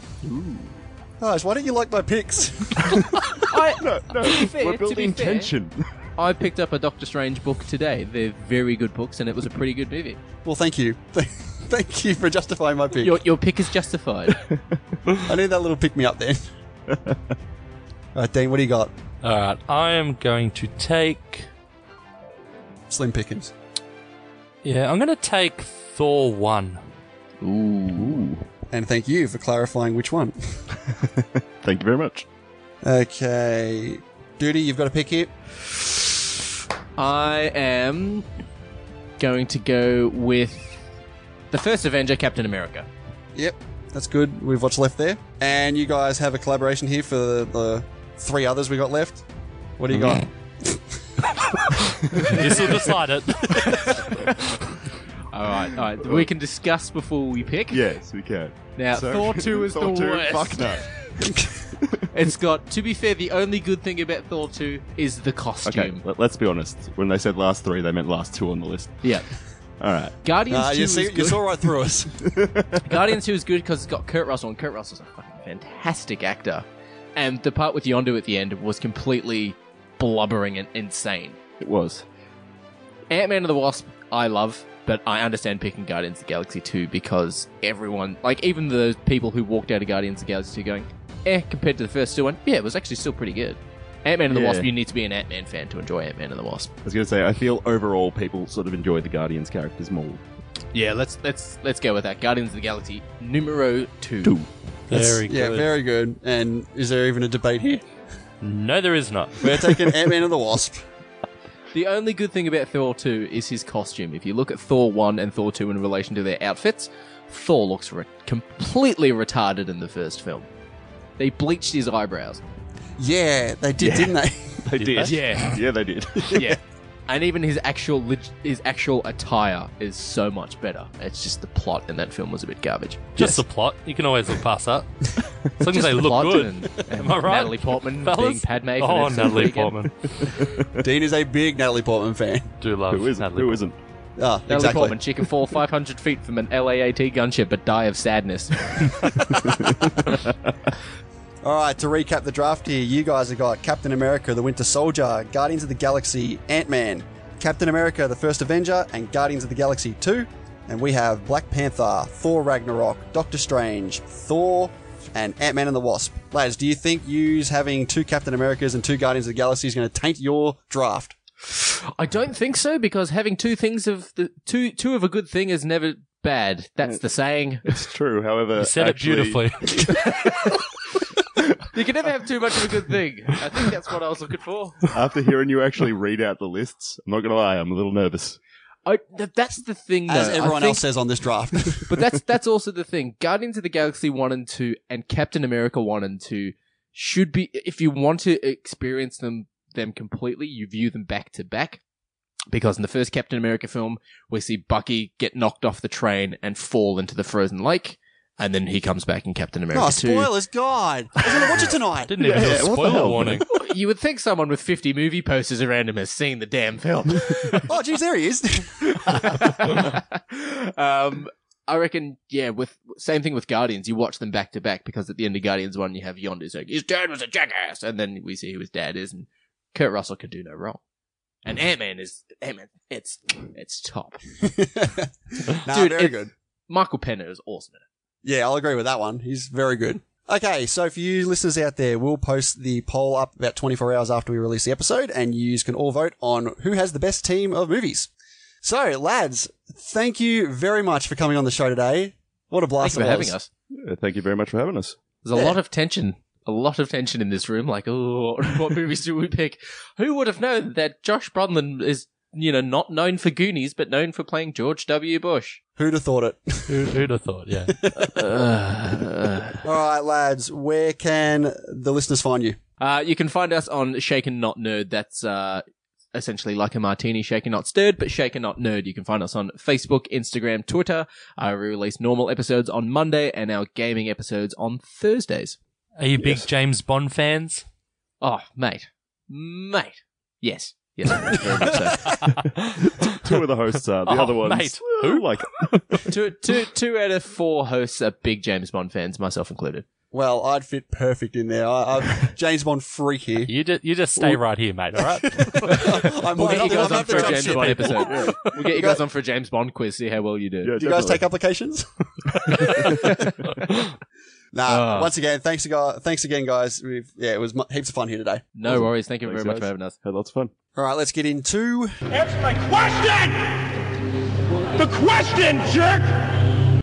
Guys, why don't you like my (laughs) picks? I, no, no. To be fair, we're to building be fair. tension. I picked up a Doctor Strange book today. They're very good books, and it was a pretty good movie. well, thank you. (laughs) Thank you for justifying my pick. Your, your pick is justified. I need that little pick me up (laughs) then. All right, Dean, what do you got? All right, I am going to take. Slim pickings. Yeah, I'm going to take Thor one. Ooh. And thank you for clarifying which one. (laughs) Thank you very much. Okay, Duty, you've got a pick here. I am going to go with the first Avenger, Captain America. Yep, that's good. We've what's left there, and you (laughs) guys have a collaboration here for the, the three others we got left. What do you got? this will decide (laughs) it. All right, all right. We can discuss before we pick. Yes, we can. Now, Thor 2 is Thor the worst. Fuck no. (laughs) It's got. To be fair, the only good thing about Thor 2 is the costume. Okay, let, us be honest. When they said last three, they meant last two on the list. Yeah. All right. Guardians Uh, 2 you, is see, good. you saw right through us. Guardians 2 is good because it's got Kurt Russell, and Kurt Russell's a fucking fantastic actor. And the part with Yondu at the end was completely blubbering and insane. It was. Ant Man and the Wasp, I love, but I understand picking Guardians of the Galaxy 2 because everyone, like even the people who walked out of Guardians of the Galaxy 2 going, eh, compared to the first two one, yeah, it was actually still pretty good. Ant Man and the Yeah. Wasp, you need to be an Ant Man fan to enjoy Ant Man and the Wasp. I was going to say, I feel overall people sort of enjoy the Guardians characters more. Yeah, let's let's let's go with that. Guardians of the Galaxy numero two. Two. Very yeah, good. (laughs) very good. And is there even a debate here? no, there is not. (laughs) We're taking Ant Man and the Wasp. The only good thing about Thor 2 is his costume. If you look at Thor 1 and Thor 2 in relation to their outfits, Thor looks re- completely retarded in the first film. They bleached his eyebrows. Yeah, they did, didn't (laughs) they? They did. Yeah. (laughs) Yeah, they did. yeah. (laughs) And even his actual leg- his actual attire is so much better. It's just the plot in that film was a bit garbage. Just the plot. You can always look past (laughs) that. As long as they plot look good. (laughs) and, and Am I right? Natalie Portman fellas? being Padme. for the Oh, next Natalie weekend. Portman. Dean is a big Natalie Portman fan. Do love Who isn't? Natalie Who Portman. isn't? Ah, Natalie exactly. Portman. She can fall 500 feet from an LAAT gunship but die of sadness. All right, to recap the draft here, you guys have got Captain America, the Winter Soldier, Guardians of the Galaxy, Ant Man, Captain America, the First Avenger, and Guardians of the Galaxy 2. And we have Black Panther, Thor Ragnarok, Doctor Strange, Thor, and Ant Man and the Wasp. Lads, do you think yous having two Captain Americas and two Guardians of the Galaxy is going to taint your draft? I don't think so because having two things of the two two of a good thing is never bad. That's the saying. It's true. However, You said actually- it beautifully. (laughs) You can never have too much of a good thing. I think that's what I was looking for. (laughs) After hearing you actually read out the lists, I'm not going to lie, I'm a little nervous. I, th- that's the thing, though. As I everyone think- else says on this draft. but that's that's also the thing. Guardians of the Galaxy one and two, and Captain America one and two should be if you want to experience them them completely, you view them back to back. Because in the first Captain America film, we see Bucky get knocked off the train and fall into the frozen lake, and then he comes (laughs) back in Captain America oh, two. spoilers, God. I was going to watch it (laughs) tonight. Didn't even Yeah, have a what the spoiler hell? warning. You would think someone with 50 movie posters around him has seen the damn film. Oh, geez, there he is. (laughs) (laughs) um, I reckon, yeah, with same thing with Guardians. You watch them back to back because at the end of Guardians 1, you have Yondu's like, his dad was a jackass. And then we see who his dad is, and Kurt Russell can do no wrong. And Mm. Ant Man is, Ant Man, it's, it's top. (laughs) nah, Dude, very it- good. Michael Penner is awesome. in Yeah, I'll agree with that one. He's very good. Okay, so for you listeners out there, we'll post the poll up about 24 hours after we release the episode, and you can all vote on who has the best team of movies. So, lads, thank you very much for coming on the show today. What a it. blast Thanks for it was. having us. (laughs) Yeah, thank you very much for having us. There's a lot of tension. A lot of tension in this room. Like, oh, (laughs) what movies do we pick? Who would have known that Josh Brolin is, you know, not known for Goonies, but known for playing George W. Bush? Who'd have thought it? (laughs) Who, who'd have thought? Yeah. (laughs) Uh, all right, lads, where can the listeners find you? Uh, you can find us on Shaken Not Nerd. That's uh, essentially like a martini, shaken not stirred, but shaken not nerd. You can find us on Facebook, Instagram, Twitter. I release normal episodes on Monday and our gaming episodes on Thursdays. Are you big James Bond fans? Oh, mate, mate, yes, (laughs) yes, very much so. Two of the hosts are. The Oh, other ones. mate. Who? Like, two, two, two out of four hosts are big James Bond fans, myself included. Well, I'd fit perfect in there. I, I'm James Bond freak (laughs) here. You just, you just stay right here, mate, all right? (laughs) I'm We'll get I'm you guys up to on for a jump James ship. Bond episode. (laughs) We'll get you guys on for a James Bond quiz. See how well you do. yeah, Do you guys definitely. take applications? (laughs) (laughs) nah. Ah. Once again, thanks again, thanks again, guys. We've, yeah, it was mu- heaps of fun here today. No worries. Thank you very Thanks, much guys. for having us. Had lots of fun. All right, let's get into. Answer my question! The question, jerk!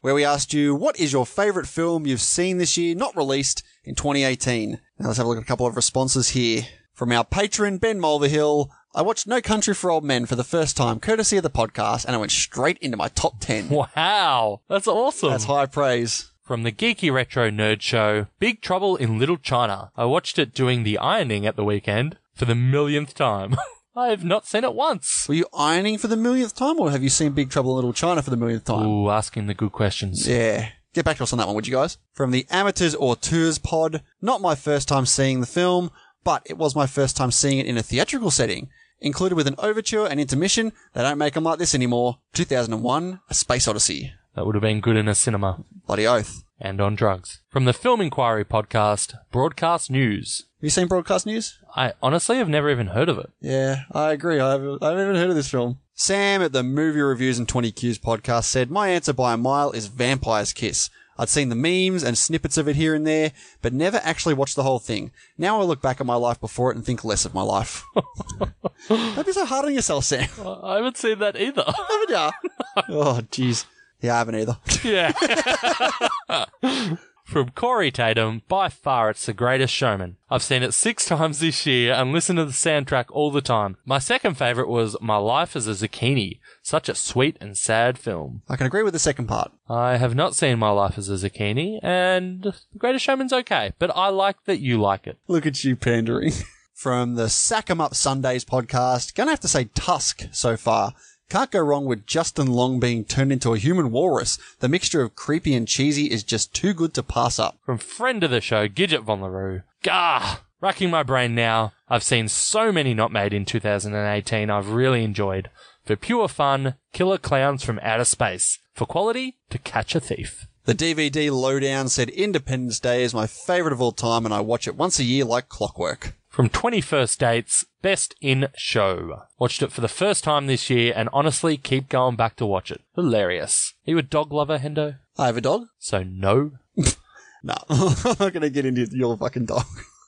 where we asked you what is your favorite film you've seen this year, not released in 2018. Now let's have a look at a couple of responses here from our patron Ben Mulverhill. I watched No Country for Old Men for the first time, courtesy of the podcast, and I went straight into my top 10. Wow. That's awesome. That's high praise. From the Geeky Retro Nerd Show, Big Trouble in Little China. I watched it doing the ironing at the weekend for the millionth time. (laughs) I've not seen it once. Were you ironing for the millionth time, or have you seen Big Trouble in Little China for the millionth time? Ooh, asking the good questions. Yeah. Get back to us on that one, would you guys? From the Amateurs or Tours pod. Not my first time seeing the film, but it was my first time seeing it in a theatrical setting. Included with an overture and intermission. They don't make them like this anymore. 2001, A Space Odyssey. That would have been good in a cinema Bloody oath. and on drugs. From the Film Inquiry podcast, Broadcast News. Have you seen Broadcast News? I honestly have never even heard of it. Yeah, I agree. I haven't, I haven't even heard of this film. Sam at the Movie Reviews and 20 Qs podcast said, My answer by a mile is Vampire's Kiss. I'd seen the memes and snippets of it here and there, but never actually watched the whole thing. Now I look back at my life before it and think less of my (laughs) life. Don't be so hard on yourself, Sam. I haven't seen that either. (laughs) Haven't ya? Oh, jeez. Yeah, I haven't either. Yeah. (laughs) From Corey Tatum, by far it's the greatest showman. I've seen it six (laughs) times this year and listened to the soundtrack all the time. My second favourite was My Life as a Zucchini, such a sweet and sad film. I can agree with the second part. I have not seen My Life as a Zucchini, and The Greatest Showman's okay, but I like that you like it. Look at you pandering. (laughs) From the Sack 'em Up Sundays podcast, gonna have to say Tusk so far. Can't go wrong with Justin Long being turned into a human walrus. The mixture of creepy and cheesy is just too good to pass up. From friend of the show, Gidget Von LaRue. Gah! Racking my brain now. I've seen so many not made in 2018 I've really enjoyed. For pure fun, Killer Clowns from Outer Space. For quality, To Catch a Thief. The DVD lowdown said Independence Day is my favorite of all time and I watch it once a year like clockwork. From 21st Dates, Best in Show. Watched it for the first time this year and honestly keep going back to watch it. Hilarious. Are you a dog lover, Hendo? I have a dog? So no? No, (laughs) I'm not gonna get into your fucking dog.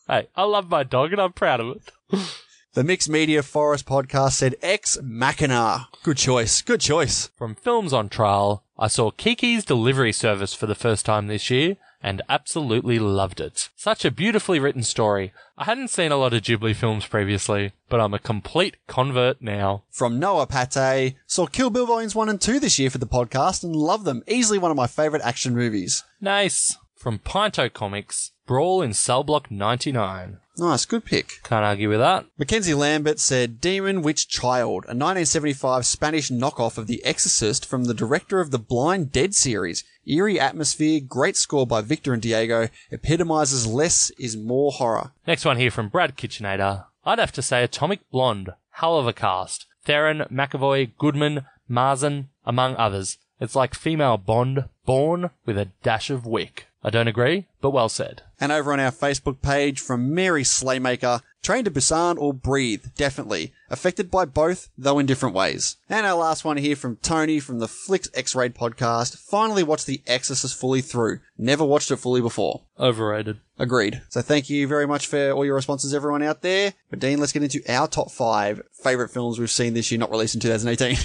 Hey, I love my dog and I'm proud of it. The Mixed Media Forest podcast said Ex Machina. Good choice. Good choice. From Films on Trial, I saw Kiki's Delivery Service for the first time this year and absolutely loved it. Such a beautifully written story. I hadn't seen a lot of Ghibli films previously, but I'm a complete convert now. from Noah Pate. Saw Kill Bill Volumes 1 and 2 this year for the podcast and love them. Easily one of my favourite action movies. Nice. From Pinto Comics, Brawl in Cell Block 99. Nice, good pick. Can't argue with that. Mackenzie Lambert said Demon Witch Child, a 1975 Spanish knockoff of The Exorcist from the director of the Blind Dead series. Eerie atmosphere, great score by Victor and Diego, epitomizes less is more horror. Next one here from Brad Kitchenator. I'd have to say Atomic Blonde, hell of a cast. Theron, McAvoy, Goodman, Marsden, among others. It's like female Bond, born with a dash of wick. I don't agree, but well said. And over on our Facebook page from Mary Slaymaker, Train to Busan or Breathe, definitely. Affected by both, though in different ways. And our last one here from Tony from the Flicks X-Raid podcast. Finally watched The Exorcist fully through. Never watched it fully before. Overrated. Agreed. So thank you very much for all your responses, everyone out there. But Dean, let's get into our top five favorite films we've seen this year, not released in 2018.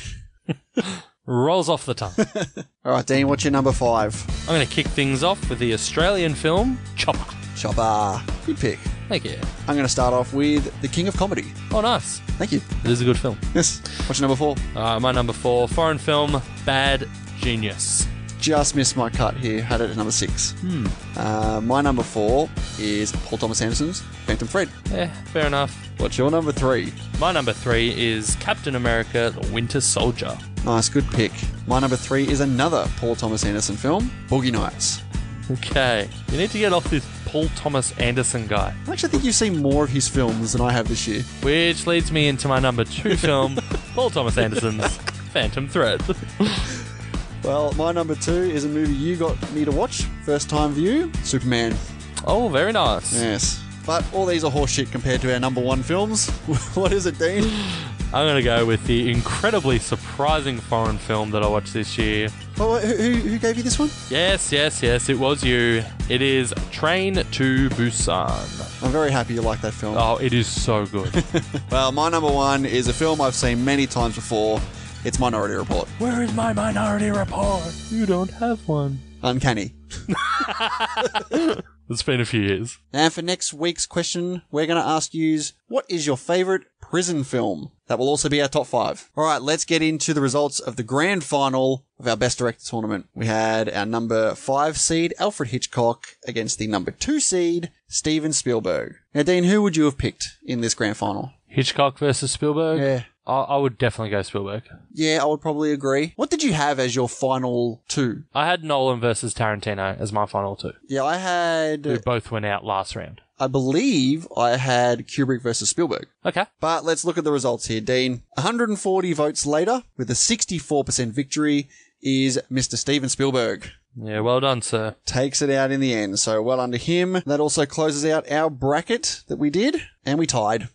Rolls off the tongue. I'm (laughs) all right, Dean, what's your number five? going to kick things off with the Australian film Chopper. Chopper. Good pick. Thank you. I'm going to start off with The King of Comedy. Oh, nice. Thank you. It is a good film. Yes. What's your number four? Uh, my number four foreign film Bad Genius. just missed my cut here. Had it at number six. Uh, my number four is Paul Thomas Anderson's Phantom Thread. Yeah, Eh, fair enough. What's your number three? My number three is Captain America: The Winter Soldier. Nice, good pick. My number three is another Paul Thomas Anderson film, Boogie Nights. Okay, you need to get off this Paul Thomas Anderson guy. I actually think you've seen more of his films than I have this year. Which leads me into my number two (laughs) film, Paul Thomas Anderson's Phantom Thread. Well, my number two is a movie you got me to watch, first time view, Superman. Oh, very nice. Yes. But all these are horseshit compared to our number one films. (laughs) what is it, Dean? I'm going to go with the incredibly surprising foreign film that I watched this year. Oh, who, who, who gave you this one? Yes, yes, yes, it was you. It is Train to Busan. I'm very happy you like that film. Oh, it is so good. Well, my number one is a film I've seen many times before. It's Minority Report. Where is my minority report? (laughs) You don't have one. Uncanny. It's been a few years. And for next week's question, we're going to ask yous, what is your favorite prison film? That will also be our top five. All right, let's get into the results of the grand final of our Best Director tournament. We had our number five seed, Alfred Hitchcock, against the number two seed, Steven Spielberg. Now, Dean, who would you have picked in this grand final? Hitchcock versus Spielberg. Yeah. I, I would definitely go Spielberg. Yeah, I would probably agree. What did you have as your final two? I had Nolan versus Tarantino as my final two. Yeah, I Who had, both went out last round. I believe I had Kubrick versus Spielberg. Okay. But let's look at the results here, Dean. 140 votes later, with a 64% victory, is Mr. Steven Spielberg. Yeah, well done, sir. Takes it out in the end, so well under him. That also closes out our bracket that we did, and we tied.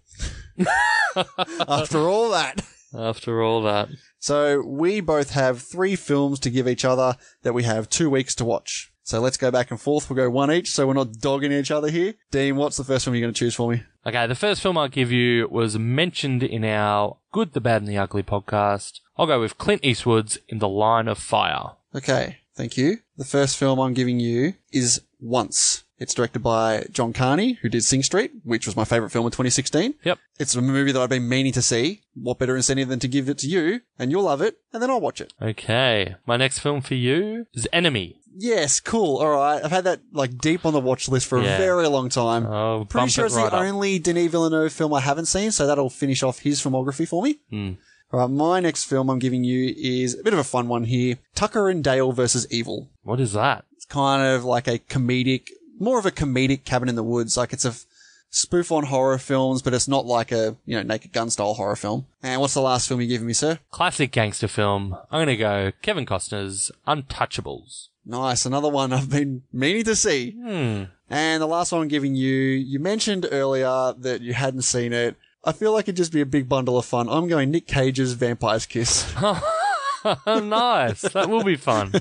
After all that. After all that. So we both have three films to give each other that we have two weeks to watch. So let's go back and forth. We'll go one each, so we're not dogging each other here. Dean, what's the first one you're going to choose for me? Okay, the first film I'll give you was mentioned in our Good, the Bad, and the Ugly podcast. I'll go with Clint Eastwood's In the Line of Fire. Okay, thank you. The first film I'm giving you is Once. It's directed by John Carney, who did Sing Street, which was my favorite film in 2016. Yep. It's a movie that I've been meaning to see. What better incentive than to give it to you, and you'll love it, and then I'll watch it. Okay, my next film for you is Enemy. Yes, cool. All right, I've had that like deep on the watch list for a Yeah. very long time. Oh, Pretty bump sure it it's right the up. only Denis Villeneuve film I haven't seen, so that'll finish off his filmography for me. Hmm. All right, my next film I'm giving you is a bit of a fun one here: Tucker and Dale versus Evil. What is that? It's kind of like a comedic, more of a comedic cabin in the woods. Like it's a f- spoof on horror films, but it's not like a, you know, naked gun style horror film. And what's the last film you're giving me, sir? Classic gangster film. I'm going to go Kevin Costner's Untouchables. (laughs) Nice. Another one I've been meaning to see. Hmm. And the last one I'm giving you, you mentioned earlier that you hadn't seen it. I feel like it'd just be a big bundle of fun. I'm going Nick Cage's Vampire's Kiss. (laughs) nice. That will be fun.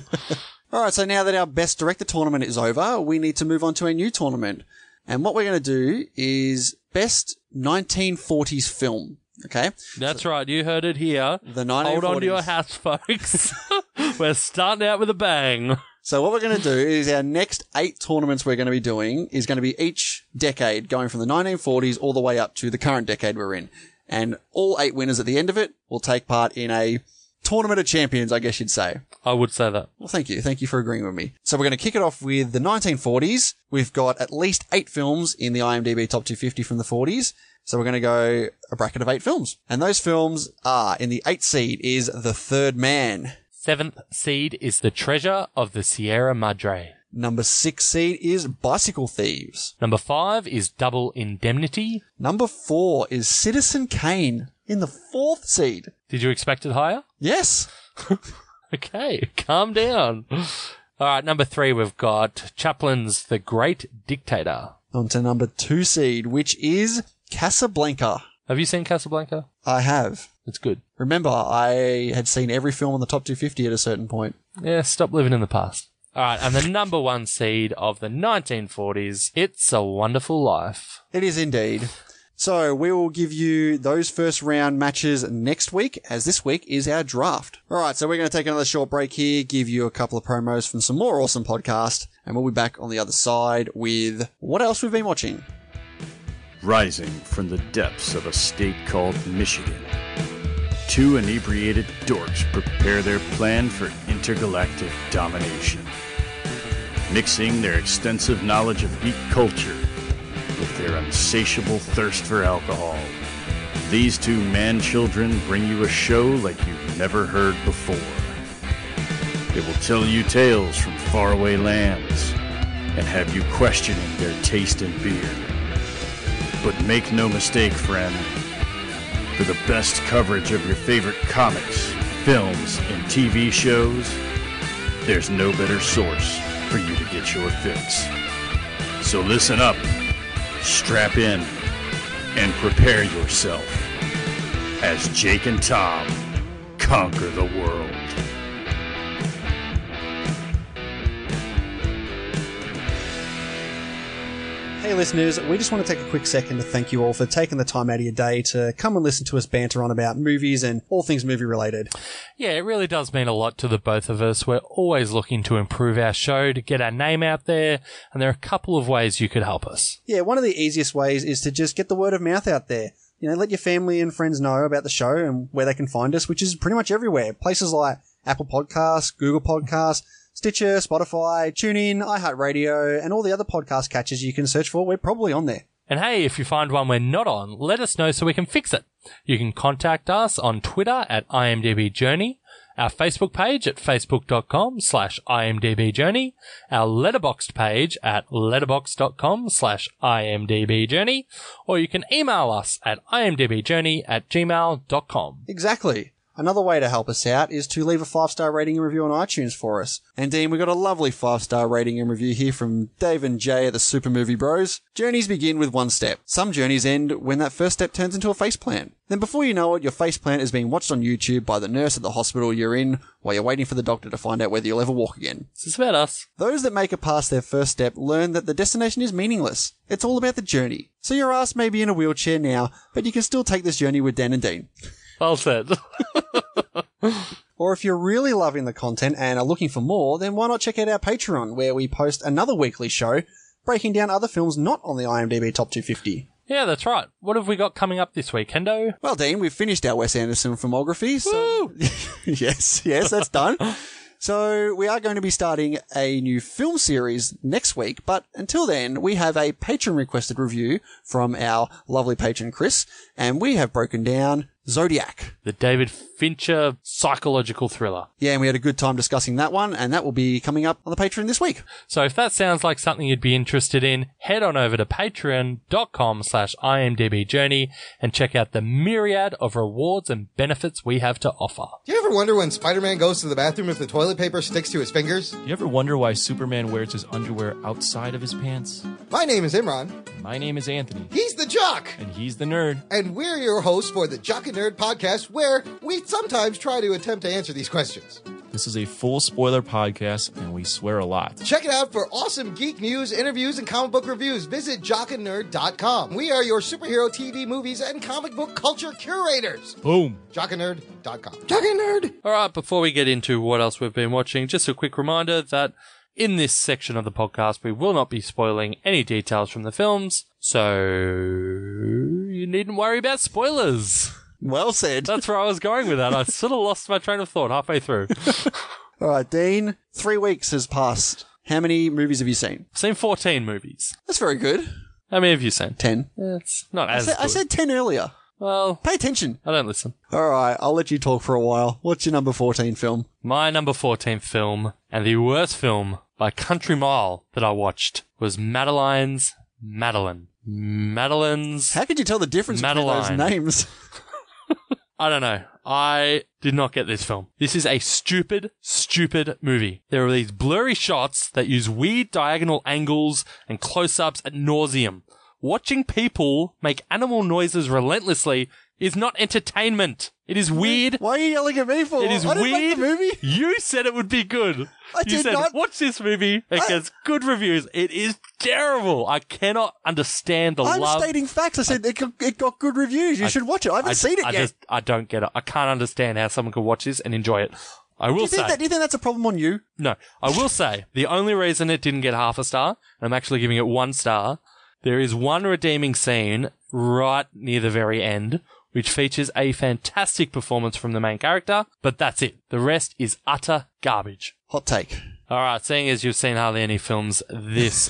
All right, so now that our best director tournament is over, we need to move on to our new tournament. And what we're going to do is best 1940s film. Okay. That's right. You heard it here. The 1940s. Hold on to your hats, folks. (laughs) We're starting out with a bang. So what we're going to do is our next eight tournaments we're going to be doing is going to be each decade going from the 1940s all the way up to the current decade we're in. And all eight winners at the end of it will take part in a tournament of champions, I guess you'd say. I would say that. Well, thank you. Thank you for agreeing with me. So we're going to kick it off with the 1940s. We've got at least eight films in the IMDb top 250 from the 40s. So we're going to go a bracket of eight films. And those films are in the eighth seed is The Third Man. Seventh seed is The Treasure of the Sierra Madre. Number six seed is Bicycle Thieves. Number five is Double Indemnity. Number four is Citizen Kane in the fourth seed. Did you expect it higher? Yes. Okay, (laughs) calm down. All right, number three, we've got Chaplin's The Great Dictator. On to number two seed, which is Casablanca. Have you seen Casablanca? I have. It's good. Remember, I had seen every film on the top 250 at a certain point. Yeah, stop living in the past. All right, and the number one seed of the 1940s, It's a Wonderful Life. It is indeed. So we will give you those first round matches next week, as this week is our draft. All right, so we're going to take another short break here, give you a couple of promos from some more awesome podcasts, and we'll be back on the other side with what else we've been watching. rising from the depths of a state called Michigan. Two inebriated dorks prepare their plan for intergalactic domination, mixing their extensive knowledge of geek culture with their insatiable thirst for alcohol. These two man children bring you a show like you've never heard before. They will tell you tales from faraway lands and have you questioning their taste in beer. But make no mistake, friend, for the best coverage of your favorite comics, films, and TV shows, there's no better source for you to get your fix. So listen up, strap in, and prepare yourself as Jake and Tom conquer the world. Hey listeners, we just want to take a quick second to thank you all for taking the time out of your day to come and listen to us banter on about movies and all things movie related. Yeah, it really does mean a lot to the both of us. We're always looking to improve our show, to get our name out there, and there are a couple of ways you could help us. Yeah, one of the easiest ways is to just get the word of mouth out there. You know, let your family and friends know about the show and where they can find us, which is pretty much everywhere. Places like Apple Podcasts, Google Podcasts, Stitcher, Spotify, TuneIn, iHeartRadio, and all the other podcast catches you can search for. We're probably on there. And hey, if you find one we're not on, let us know so we can fix it. You can contact us on Twitter at IMDb Journey, our Facebook page at facebook.com slash IMDb Journey, our letterboxed page at letterbox.com slash IMDb Journey, or you can email us at imdbjourney at gmail.com. Exactly. Another way to help us out is to leave a five star rating and review on iTunes for us. And Dean, we got a lovely five star rating and review here from Dave and Jay at the Super Movie Bros. Journeys begin with one step. Some journeys end when that first step turns into a face plant. Then before you know it, your face plant is being watched on YouTube by the nurse at the hospital you're in while you're waiting for the doctor to find out whether you'll ever walk again. This is about us. Those that make it past their first step learn that the destination is meaningless. It's all about the journey. So your ass may be in a wheelchair now, but you can still take this journey with Dan and Dean. Well said. Or if you're really loving the content and are looking for more, then why not check out our Patreon, where we post another weekly show breaking down other films not on the IMDb Top 250. (laughs) Yeah, that's right. What have we got coming up this week, Hendo? Well, Dean, we've finished our Wes Anderson filmography. So (laughs) yes, yes, that's done. So we are going to be starting a new film series next week, but until then, we have a patron requested review from our lovely patron Chris, and we have broken down Zodiac. The David Fincher psychological thriller. Yeah, and we had a good time discussing that one, and that will be coming up on the Patreon this week. So if that sounds like something you'd be interested in, head on over to patreon.com slash imdbjourney and check out the myriad of rewards and benefits we have to offer. Do you ever wonder when Spider Man goes to the bathroom if the toilet paper sticks to his fingers? Do you ever wonder why Superman wears his underwear outside of his pants? My name is Imran. My name is Anthony, He's the jock! and he's the nerd. And we're your hosts for the Jock and Nerd podcast, where we sometimes try to attempt to answer these questions. This is a full spoiler podcast, and we swear a lot. Check it out for awesome geek news, interviews, and comic book reviews. Visit jockandnerd.com. We are your superhero TV, movies, and comic book culture curators. Boom. Jockandnerd.com. Jock and Nerd! All right, before we get into what else we've been watching, just a quick reminder that in this section of the podcast, we will not be spoiling any details from the films, so you needn't worry about spoilers. Well said. That's where I was going with that. I sort of lost my train of thought halfway through. All right, Dean, three weeks has passed. How many movies have you seen? I've seen 14 movies. That's very good. How many have you seen? Ten. It's not I as said, I good. said ten earlier. well, Pay attention. I don't listen. All right, I'll let you talk for a while. What's your number 14 film? My number 14 film, and the worst film by Country Mile that I watched, was Madeline's Madeline. Madeline's. How could you tell the difference between Madeline. those names? I don't know. I did not get this film. This is a stupid, stupid movie. There are these blurry shots that use weird diagonal angles and close ups at nauseum. Watching people make animal noises relentlessly is not entertainment. It is weird. (laughs) Why are you yelling at me for? It is I didn't weird. make the movie. You said it would be good. I you did said, not- watch this movie. It gets good reviews. It is terrible. I cannot understand the I'm love. stating facts. I said it, got, it got good reviews. You should watch it. I haven't I, seen it I yet. just, I don't get it. I can't understand how someone could watch this and enjoy it. I do will you think say, that? Do you think that's a problem on you? no, I will say, the only reason it didn't get half a star, and I'm actually giving it one star, there is one redeeming scene right near the very end, which features a fantastic performance from the main character, but that's it. The rest is utter garbage. Hot take. All right, seeing as you've seen hardly any films this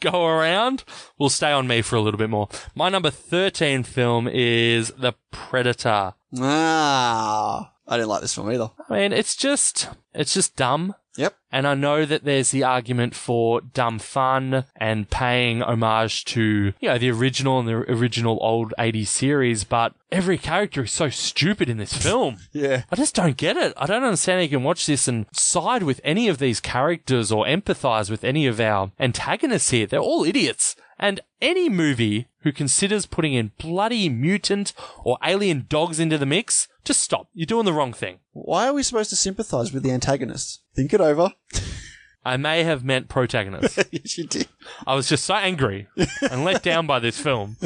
go around, we'll stay on me for a little bit more. My number 13 film is The Predator. Ah, I didn't like this film either. I mean, it's just it's just dumb. Yep. And I know that there's the argument for dumb fun and paying homage to, you know, the original and the original old 80s series, but every character is so stupid in this film. Yeah. I just don't get it. I don't understand how you can watch this and side with any of these characters or empathize with any of our antagonists here. They're all idiots. And any movie who considers putting in bloody mutant or alien dogs into the mix, just stop. You're doing the wrong thing. Why are we supposed to sympathise with the antagonists? Think it over. (laughs) I may have meant (laughs) protagonist. yes, you did. I was just so angry and let down by this film.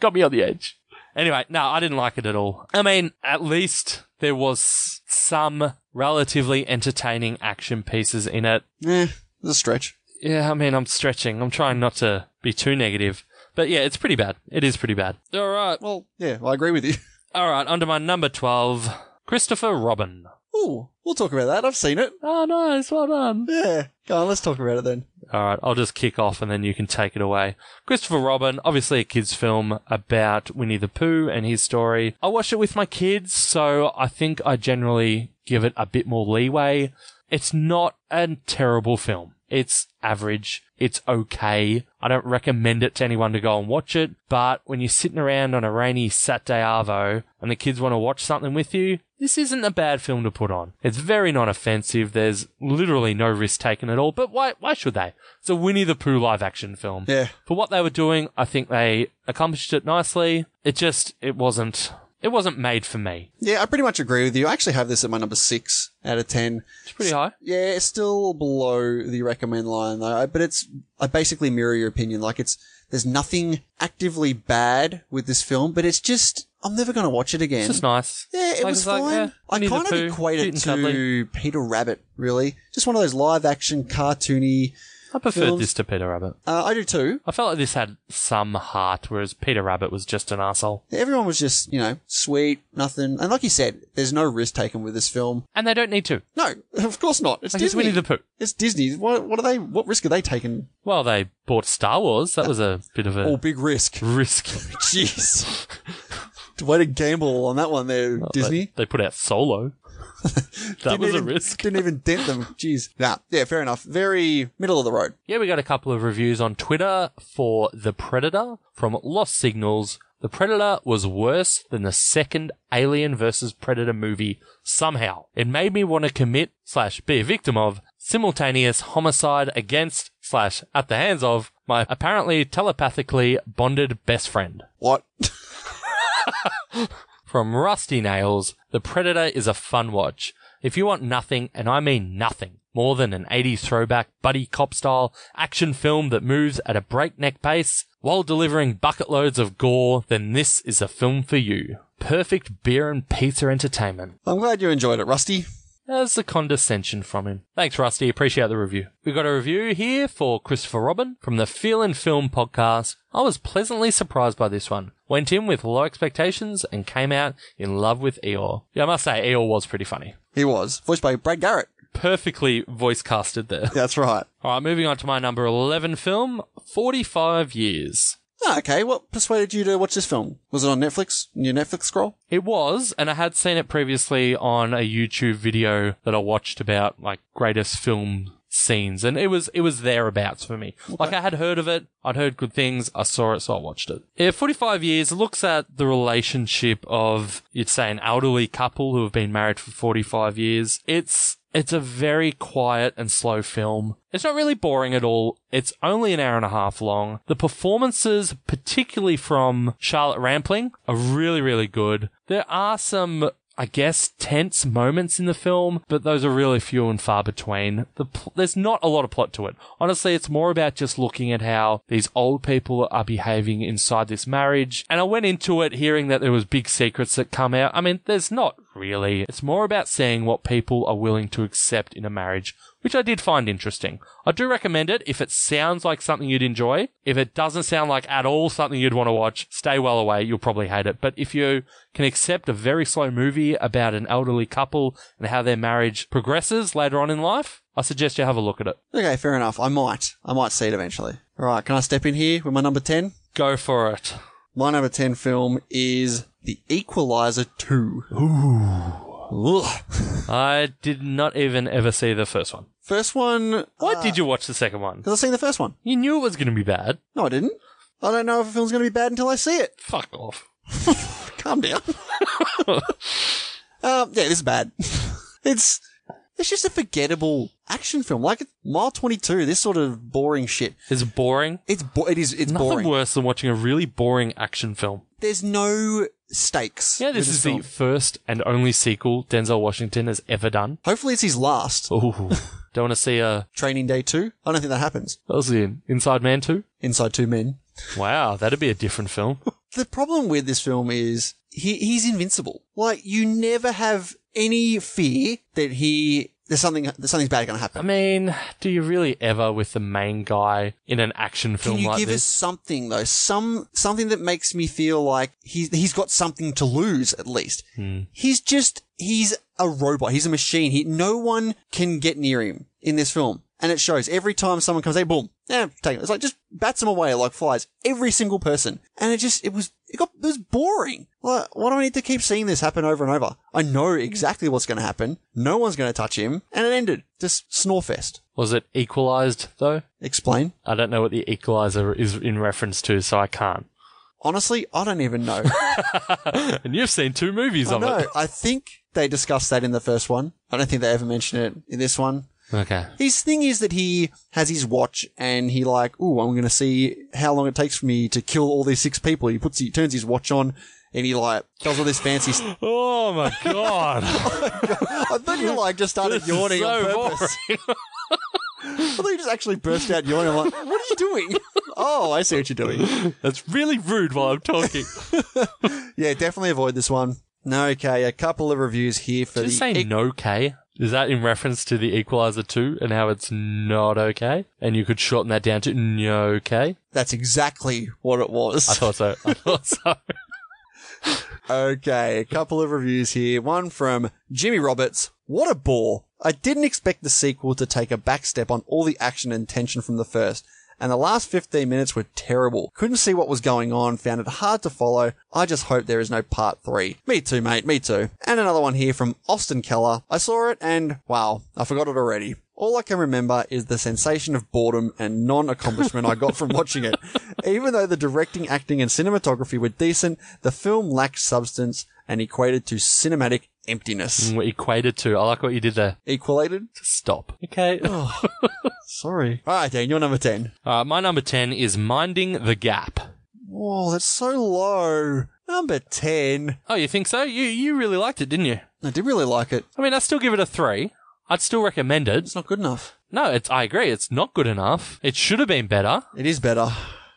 Got me on the edge. Anyway, no, I didn't like it at all. I mean, at least there was some relatively entertaining action pieces in it. Eh, it's a stretch. Yeah, I mean, I'm stretching. I'm trying not to be too negative. But yeah, it's pretty bad. It is pretty bad. All right. Well, yeah, I agree with you. (laughs) All right, under my number 12, Christopher Robin. Ooh, we'll talk about that. I've seen it. Oh, nice. Well done. Yeah. Go on, let's talk about it then. All right, I'll just kick off and then you can take it away. Christopher Robin, obviously a kids' film about Winnie the Pooh and his story. I watched it with my kids, so I think I generally give it a bit more leeway. It's not a terrible film. It's average. It's okay. I don't recommend it to anyone to go and watch it, but when you're sitting around on a rainy Saturday Arvo and the kids want to watch something with you, this isn't a bad film to put on. It's very non offensive. There's literally no risk taken at all, but why, why should they? It's a Winnie the Pooh live action film. Yeah. For what they were doing, I think they accomplished it nicely. It just, it wasn't, it wasn't made for me. Yeah, I pretty much agree with you. I actually have this at my number six out of ten. It's pretty high. Yeah, it's still below the recommend line though, I- but it's I basically mirror your opinion. Like it's there's nothing actively bad with this film, but it's just I'm never gonna watch it again. It's just nice. Yeah, it Like, was it's like, fine. yeah, I Winnie the kind of Pooh, equate cute it and to cuddly. Peter Rabbit, really. Just one of those live action cartoony. I preferred films. this to Peter Rabbit. Uh, I do too. I felt like this had some heart, whereas Peter Rabbit was just an asshole. Everyone was just, you know, sweet, nothing. And like you said, there's no risk taken with this film. And they don't need to. No, of course not. It's Like, it's Disney. Winnie the Pooh. It's Disney. What, what are they? What risk are they taking? Well, they bought Star Wars. That was a bit of a Oh, big risk. (laughs) (laughs) risk. Jeez. Way to gamble on that one there, Disney. They, they put out Solo. (laughs) that Didn't was a even- risk. Didn't even (laughs) dent them. Jeez. Nah. Yeah, fair enough. Very middle of the road. Yeah, we got a couple of reviews on Twitter for The Predator from Lost Signals. The Predator was worse than the second Alien vs. Predator movie somehow. It made me want to commit slash be a victim of simultaneous homicide against slash at the hands of my apparently telepathically bonded best friend. What? (laughs) From Rusty Nails, The Predator is a fun watch. If you want nothing, and I mean nothing, more than an 80s throwback buddy cop style action film that moves at a breakneck pace while delivering bucket loads of gore, then this is a film for you. Perfect beer and pizza entertainment. I'm glad you enjoyed it, Rusty. That's the condescension from him. Thanks, Rusty. Appreciate the review. We got a review here for Christopher Robin from the Feel and Film podcast. I was pleasantly surprised by this one. Went in with low expectations and came out in love with Eeyore. Yeah, I must say, Eeyore was pretty funny. He was. Voiced by Brad Garrett. Perfectly voice casted there. (laughs) That's right. All right, moving on to my number 11 film, 45 Years. Ah, okay, what persuaded you to watch this film? Was it on Netflix? In your Netflix scroll? It was, and I had seen it previously on a YouTube video that I watched about like greatest film scenes, and it was it was thereabouts for me. Like I had heard of it, I'd heard good things, I saw it, so I watched it. Yeah, 45 years looks at the relationship of you'd say an elderly couple who have been married for 45 years. It's it's a very quiet and slow film. It's not really boring at all. It's only an hour and a half long. The performances, particularly from Charlotte Rampling, are really, really good. There are some, I guess, tense moments in the film, but those are really few and far between. The pl- there's not a lot of plot to it. Honestly, it's more about just looking at how these old people are behaving inside this marriage. And I went into it hearing that there was big secrets that come out. I mean, there's not really. It's more about seeing what people are willing to accept in a marriage, which I did find interesting. I do recommend it if it sounds like something you'd enjoy. If it doesn't sound like at all something you'd want to watch, stay well away. You'll probably hate it. But if you can accept a very slow movie about an elderly couple and how their marriage progresses later on in life, I suggest you have a look at it. Okay, fair enough. I might. I might see it eventually. All right, can I step in here with my number 10? Go for it. My number 10 film is The Equalizer 2. Ooh. I did not even ever see the first one. First one. Why did you watch the second one? Because I've seen the first one. You knew it was going to be bad. No, I didn't. I don't know if a film's going to be bad until I see it. Fuck off. (laughs) Calm down. (laughs) um, yeah, this is bad. (laughs) it's it's just a forgettable action film. Like Mile Twenty Two, this sort of boring shit. Is it boring? It's bo- it is it's Nothing boring. worse than watching a really boring action film. There's no stakes. Yeah, this with is film. the first and only sequel Denzel Washington has ever done. Hopefully, it's his last. Ooh. (laughs) Don't want to see a. Training Day Two. I don't think that happens. That was the Inside Man 2? Inside Two Men. Wow, that'd be a different film. The problem with this film is he, he's invincible. Like you never have any fear that he there's something there's something bad going to happen. I mean, do you really ever with the main guy in an action film Can you like give us this? something though? Some something that makes me feel like he's he's got something to lose at least. Hmm. He's just he's a robot. He's a machine. He no one can get near him in this film, and it shows every time someone comes. Hey, boom! Yeah, take it. It's like just bats him away like flies. Every single person, and it just it was it got it was boring. Like, why do I need to keep seeing this happen over and over? I know exactly what's going to happen. No one's going to touch him, and it ended just snorefest. Was it equalized though? Explain. I don't know what the equalizer is in reference to, so I can't. Honestly, I don't even know. (gasps) (laughs) and you've seen two movies I of know. it. I think they discussed that in the first one. I don't think they ever mention it in this one. (laughs) Okay. His thing is that he has his watch and he like, ooh, I'm gonna see how long it takes for me to kill all these six people. He puts, he turns his watch on and he like does all this fancy. s- Oh my god! (laughs) (laughs) I thought you like just This started is yawning on so purpose. (laughs) I thought you just actually burst out yawning. I'm like, what are you doing? (laughs) oh, I see what you're doing. That's really rude while I'm (laughs) talking. yeah, definitely avoid this one. No, okay, a couple of reviews here for Did you the say no K? Is that in reference to the Equalizer 2 and how it's not okay? And you could shorten that down to no K? That's exactly what it was. I thought so. (laughs) I thought so. Okay, a couple of reviews here. One from Jimmy Roberts. What a bore. I didn't expect the sequel to take a back step on all the action and tension from the first. And the last 15 minutes were terrible. Couldn't see what was going on, found it hard to follow. I just hope there is no part three. Me too, mate, me too. And another one here from Austin Keller. I saw it and wow, I forgot it already. All I can remember is the sensation of boredom and non-accomplishment I got from watching it. Even though the directing, acting, and cinematography were decent, the film lacked substance and equated to cinematic emptiness. Mm, Equated to. I like what you did there. Equalated? Stop. (sighs) Okay. sorry. All right, Dan, you're number 10. Uh, my number 10 is Minding the Gap. Whoa, that's so low. Number 10. Oh, you think so? You you really liked it, didn't you? I did really like it. I mean, I still give it a three. I'd still recommend it. It's not good enough. No, it's. I agree. It's not good enough. It should have been better. It is better.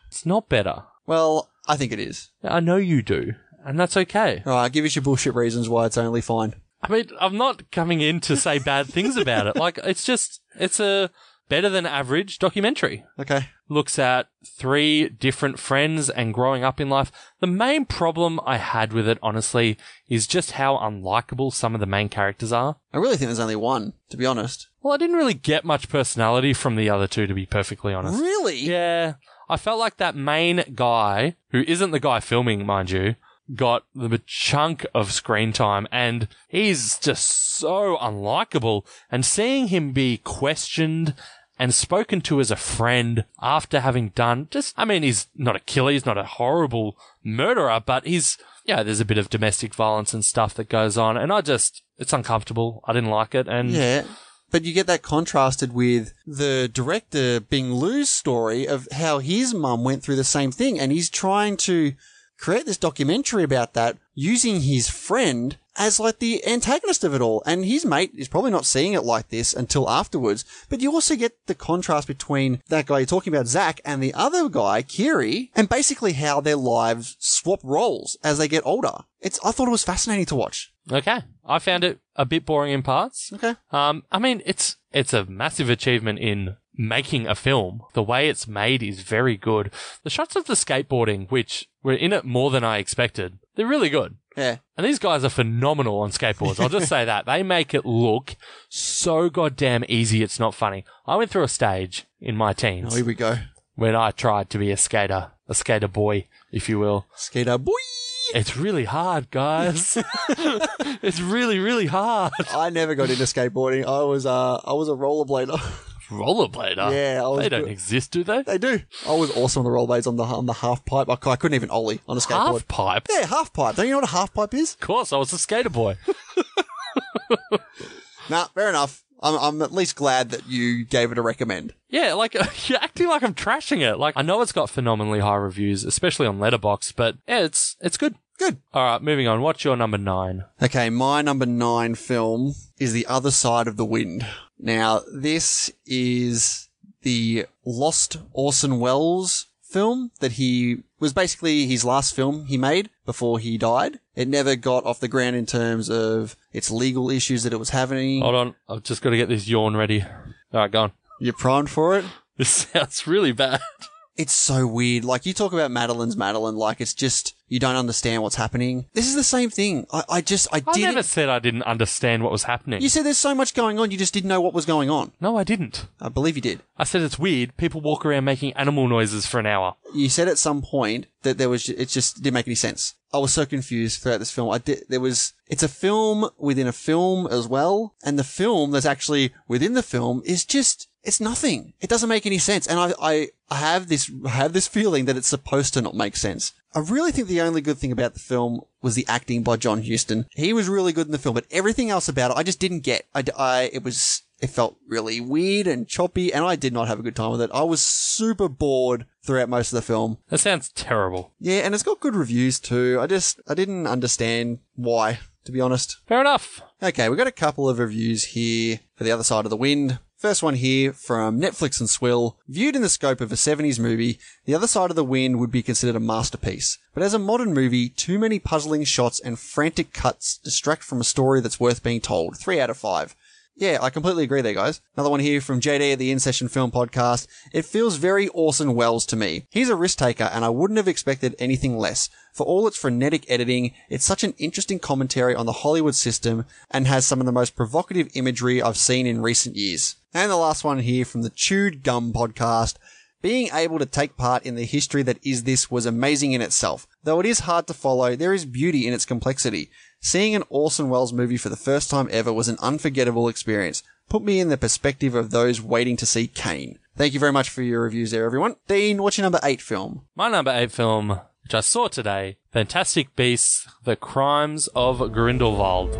It's not better. Well, I think it is. I know you do, and that's okay. All right, give us your bullshit reasons why it's only fine. I mean, I'm not coming in to say bad things about it. Like, it's just, it's a better than average documentary. Okay. Looks at three different friends and growing up in life. The main problem I had with it, honestly, is just how unlikable some of the main characters are. I really think there's only one, to be honest. Well, I didn't really get much personality from the other two, to be perfectly honest. Really? Yeah. I felt like that main guy, who isn't the guy filming, mind you, got the chunk of screen time and he's just so unlikable. And seeing him be questioned and spoken to as a friend after having done just, I mean, he's not a killer, he's not a horrible murderer, but he's, yeah, there's a bit of domestic violence and stuff that goes on. And I just, it's uncomfortable. I didn't like it. And Yeah. But you get that contrasted with the director Bing Lu's story of how his mum went through the same thing and he's trying to create this documentary about that using his friend as like the antagonist of it all. And his mate is probably not seeing it like this until afterwards. But you also get the contrast between that guy you're talking about, Zach, and the other guy, Kiri, and basically how their lives swap roles as they get older. It's, I thought it was fascinating to watch. Okay. I found it a bit boring in parts. Okay. Um, I mean, it's, it's a massive achievement in making a film. The way it's made is very good. The shots of the skateboarding, which were in it more than I expected, they're really good. Yeah. And these guys are phenomenal on skateboards. I'll just say that. They make it look so goddamn easy. It's not funny. I went through a stage in my teens Oh, here we go. when I tried to be a skater, a skater boy, if you will. Skater boy. It's really hard, (laughs) guys. it's really, really hard. I never got into skateboarding. I was uh, I was a rollerblader. Rollerblader. (laughs) Yeah, I was Ah, they don't good. exist, do they? they do. I was awesome on the rollerblades on the on the half pipe. I, c- I couldn't even ollie on a skateboard. Half pipe. Yeah, half pipe. Don't you know what a half pipe is? Of course, I was a skater boy. (laughs) Nah, fair enough. I'm, I'm at least glad that you gave it a recommend. yeah, like (laughs) you're acting like I'm trashing it. Like I know it's got phenomenally high reviews, especially on Letterbox, but yeah, it's it's good. Good. All right, moving on. What's your number nine? Okay, my number nine film is The Other Side of the Wind. Now, this is the lost Orson Welles film that he was basically his last film he made before he died. It never got off the ground in terms of its legal issues that it was having. Hold on, I've just got to get this yawn ready. All right, go on. (laughs) You're primed for it? This sounds really bad. It's so weird. Like you talk about Madeline's Madeline, like it's just you don't understand what's happening. This is the same thing. I, I just I, I didn't. never said I didn't understand what was happening. You said there's so much going on, you just didn't know what was going on. No, I didn't. I believe you did. I said it's weird. People walk around making animal noises for an hour. You said at some point that there was it just didn't make any sense. I was so confused throughout this film. I did there was it's a film within a film as well, and the film that's actually within the film is just it's nothing. It doesn't make any sense, and I I, I have this I have this feeling that it's supposed to not make sense. I really think the only good thing about the film was the acting by John Huston. He was really good in the film, but everything else about it, I just didn't get. I, d- I- it was, it felt really weird and choppy, and I did not have a good time with it. I was super bored throughout most of the film. That sounds terrible. Yeah, and it's got good reviews too. I just, I didn't understand why, to be honest. Fair enough. Okay, we've got a couple of reviews here for The Other Side of the Wind. First one here from Netflix and Swill. Viewed in the scope of a 70s movie, The Other Side of the Wind would be considered a masterpiece. But as a modern movie, too many puzzling shots and frantic cuts distract from a story that's worth being told. 3 out of 5. Yeah, I completely agree there, guys. Another one here from JD at the In Session Film Podcast. It feels very Orson Welles to me. He's a risk taker, and I wouldn't have expected anything less. For all its frenetic editing, it's such an interesting commentary on the Hollywood system and has some of the most provocative imagery I've seen in recent years. And the last one here from the Chewed Gum Podcast. Being able to take part in the history that is this was amazing in itself. Though it is hard to follow, there is beauty in its complexity. Seeing an Orson Welles movie for the first time ever was an unforgettable experience. Put me in the perspective of those waiting to see Kane. Thank you very much for your reviews there, everyone. Dean, what's your number eight film? My number eight film, which I saw today, Fantastic Beasts: The Crimes of Grindelwald.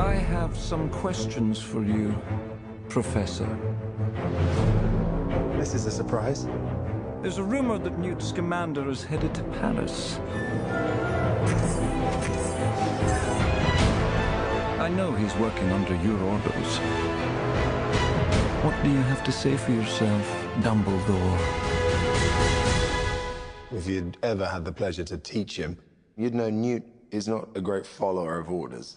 I have some questions for you, Professor. This is a surprise. There's a rumor that Newt Scamander is headed to Paris. I know he's working under your orders. What do you have to say for yourself, Dumbledore? If you'd ever had the pleasure to teach him, you'd know Newt is not a great follower of orders.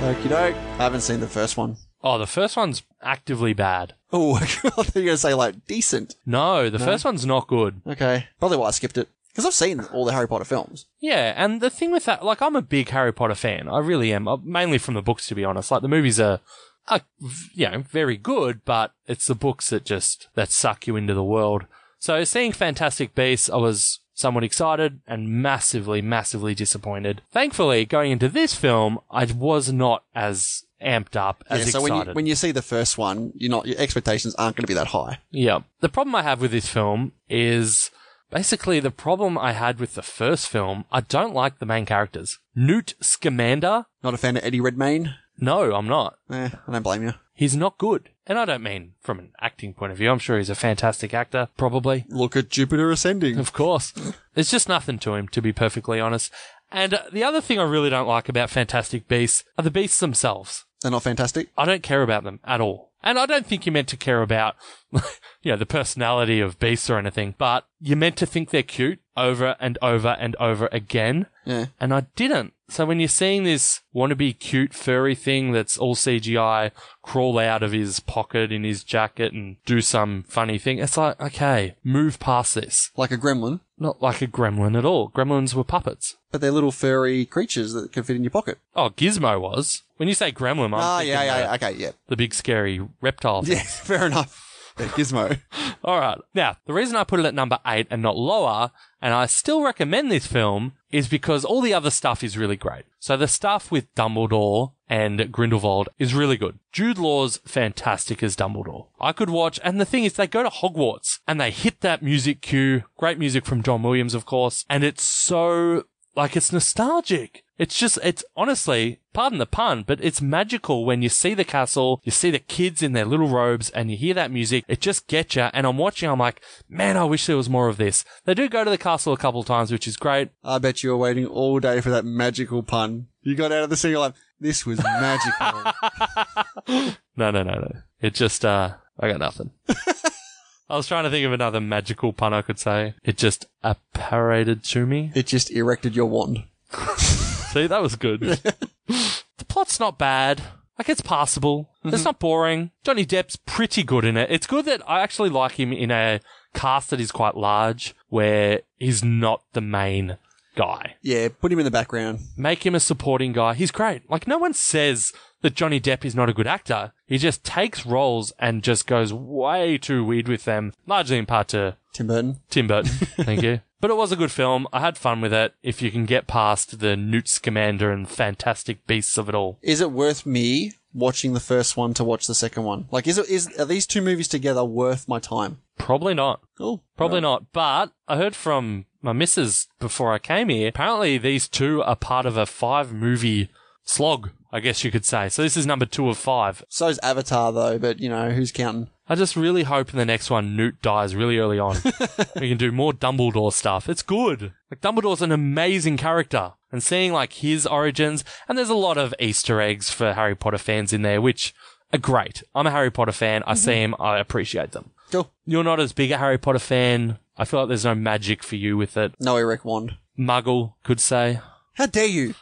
Okie doke. I haven't seen the first one. Oh, the first one's actively bad. Oh, (laughs) I thought you were going to say, like, decent. No, the No? first one's not good. Okay. Probably why I skipped it. Because I've seen all the Harry Potter films. Yeah, and the thing with that, like, I'm a big Harry Potter fan. I really am, uh, mainly from the books, to be honest. Like, the movies are, are, v- you know, very good, but it's the books that just that suck you into the world. So, seeing Fantastic Beasts, I was somewhat excited and massively, massively disappointed. Thankfully, going into this film, I was not as amped up, as yeah, so excited. when you, when you see the first one, you're not, your expectations aren't going to be that high. Yeah. The problem I have with this film is basically the problem I had with the first film. I don't like the main characters. Newt Scamander. Not a fan of Eddie Redmayne? No, I'm not. Eh, I don't blame you. He's not good. And I don't mean from an acting point of view. I'm sure he's a fantastic actor, probably. Look at Jupiter Ascending. Of course. There's just nothing to him, to be perfectly honest. And uh, the other thing I really don't like about Fantastic Beasts are the beasts themselves. They're not fantastic? I don't care about them at all. And I don't think you're meant to care about, (laughs) you know, the personality of beasts or anything, but you're meant to think they're cute over and over and over again. Yeah. And I didn't. So when you're seeing this wannabe cute furry thing that's all CGI crawl out of his pocket in his jacket and do some funny thing, it's like, okay, move past this. Like a gremlin? Not like a gremlin at all. Gremlins were puppets. But they're little furry creatures that can fit in your pocket. Oh, Gizmo was. When you say gremlin, I'm Ah, thinking yeah, yeah, the- okay, yeah. The big scary reptile thing. Yeah, (laughs) fair enough. Yeah, Gizmo. (laughs) All right. Now, the reason I put it at number eight and not lower, and I still recommend this film, is because all the other stuff is really great. So the stuff with Dumbledore and Grindelwald is really good. Jude Law's fantastic as Dumbledore. I could watch, and the thing is, they go to Hogwarts and they hit that music cue. Great music from John Williams, of course, and it's so like it's nostalgic. It's just, it's honestly, pardon the pun, but it's magical when you see the castle, you see the kids in their little robes, and you hear that music. It just gets you. And I'm watching, I'm like, man, I wish there was more of this. They do go to the castle a couple times, which is great. I bet you were waiting all day for that magical pun. You got out of the single like, This (laughs) was magical. No, no, no, no. It just, uh, I got nothing. I was trying to think of another magical pun I could say. It just apparated to me. It just erected your wand. See, that was good. the plot's not bad. Like, it's passable. It's not boring. Johnny Depp's pretty good in it. It's good that I actually like him in a cast that is quite large where he's not the main guy. yeah, put him in the background. Make him a supporting guy. He's great. Like, no one says that Johnny Depp is not a good actor. He just takes roles and just goes way too weird with them, largely in part to Tim Burton. Tim Burton. (laughs) Thank you. But it was a good film. I had fun with it. If you can get past the Newt Scamander and fantastic beasts of it all. Is it worth me watching the first one to watch the second one? Like, is it is are these two movies together worth my time? Probably not. Cool. Probably not. But I heard from my missus before I came here. Apparently, these two are part of a five movie slog, I guess you could say. So this is number two of five. So's Avatar though, but you know who's counting? I just really hope in the next one Newt dies really early on. we can do more Dumbledore stuff. It's good. Like Dumbledore's an amazing character. And seeing like his origins, and there's a lot of Easter eggs for Harry Potter fans in there, which are great. I'm a Harry Potter fan. I see him. I appreciate them. Cool. You're not as big a Harry Potter fan. I feel like there's no magic for you with it. No Eric Wand. Muggle could say. How dare you?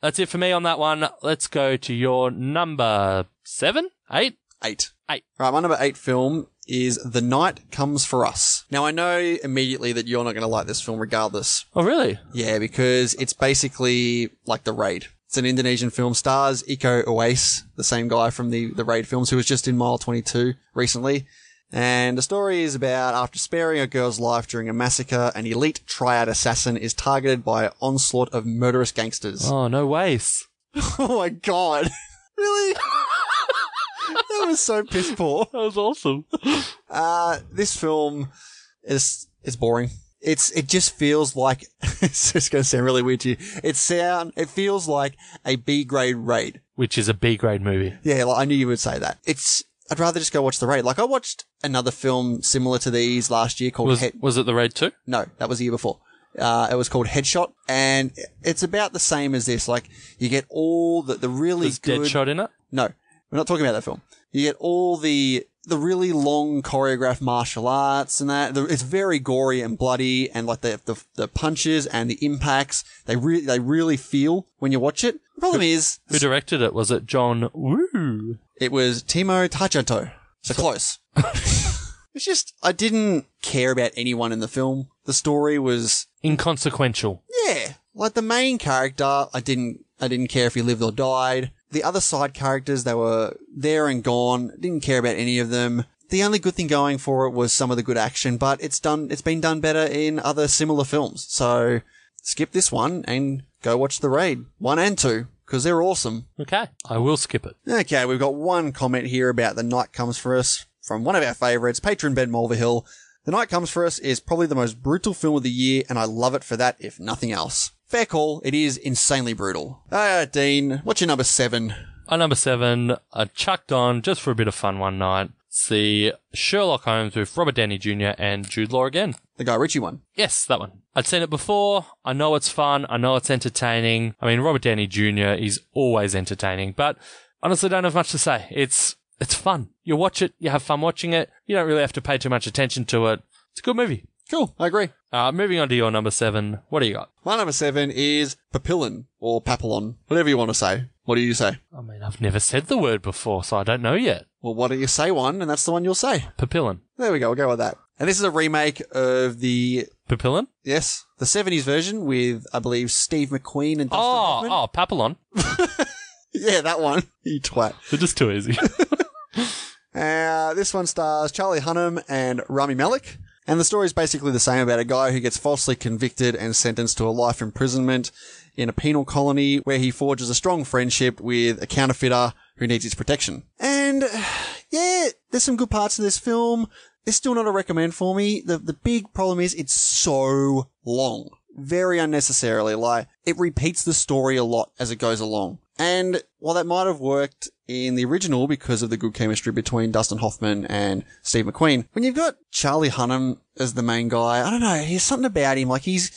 That's it for me on that one. Let's go to your number seven, eight, eight, eight. Right, my number eight film is The Night Comes for Us. Now I know immediately that you're not going to like this film, regardless. Oh, really? Yeah, because it's basically like The Raid. It's an Indonesian film, stars Iko Uwais, the same guy from the, the Raid films who was just in Mile 22 recently. And the story is about after sparing a girl's life during a massacre, an elite triad assassin is targeted by an onslaught of murderous gangsters. Oh, no ways. (laughs) oh my god. (laughs) (laughs) really? that was so piss poor. That was awesome. Uh, this film is is boring. It's it just feels like (laughs) it's just going to sound really weird to you. It sound it feels like a B grade raid. Which is a B grade movie. Yeah, like, I knew you would say that. It's I'd rather just go watch the raid. Like I watched another film similar to these last year called Was, Head. was it The Raid 2? No, that was the year before. Uh, it was called Headshot, and it's about the same as this. Like you get all the the really There's good Deadshot in it? No, we're not talking about that film. You get all the the really long choreographed martial arts and that. The- It's very gory and bloody, and like the the, the punches and the impacts they really they really feel when you watch it. The problem is Who directed it? Was it John Woo? it was Timo Tachato. So, close. (laughs) it's just I didn't care about anyone in the film. The story was Inconsequential. yeah, like the main character, I didn't, I didn't care if he lived or died. The other side characters, they were there and gone. Didn't care about any of them. The only good thing going for it was some of the good action, but it's done, it's been done better in other similar films. So skip this one and go watch The Raid one and two because they're awesome. Okay. I will skip it. Okay, we've got one comment here about The Night Comes For Us from one of our favourites, patron Ben Mulverhill. The Night Comes For Us is probably the most brutal film of the year, and I love it for that, if nothing else. Fair call, it is insanely brutal. Uh, Dean, what's your number seven? At number seven, I chucked on just for a bit of fun one night. See Sherlock Holmes with Robert Downey Jr. and Jude Law again. The Guy Ritchie one. Yes, that one. I'd seen it before. I know it's fun. I know it's entertaining. I mean, Robert Downey Jr. is always entertaining, but honestly, don't have much to say. It's it's fun. You watch it. You have fun watching it. You don't really have to pay too much attention to it. It's a good movie. Cool, I agree. Uh, moving on to your number seven. What do you got? My number seven is Papillon, or Papillon, whatever you want to say. What do you say? I mean, I've never said the word before, so I don't know yet. Well, why don't you say one, and that's the one you'll say. Papillon. There we go, we'll go with that. And this is a remake of the, Papillon? yes, the 70s version with, I believe, Steve McQueen and Dustin Oh, Hoffman. oh, Papillon. (laughs) Yeah, that one. You twat. (laughs) They're just too easy. Uh, this one stars Charlie Hunnam and Rami Malek. And the story is basically the same about a guy who gets falsely convicted and sentenced to a life imprisonment in a penal colony where he forges a strong friendship with a counterfeiter who needs his protection. And (sighs) yeah, there's some good parts of this film. It's still not a recommend for me. The the big problem is it's so long. Very unnecessarily. Like it repeats the story a lot as it goes along. And while that might have worked in the original because of the good chemistry between Dustin Hoffman and Steve McQueen, when you've got Charlie Hunnam as the main guy, I don't know, here's something about him. Like he's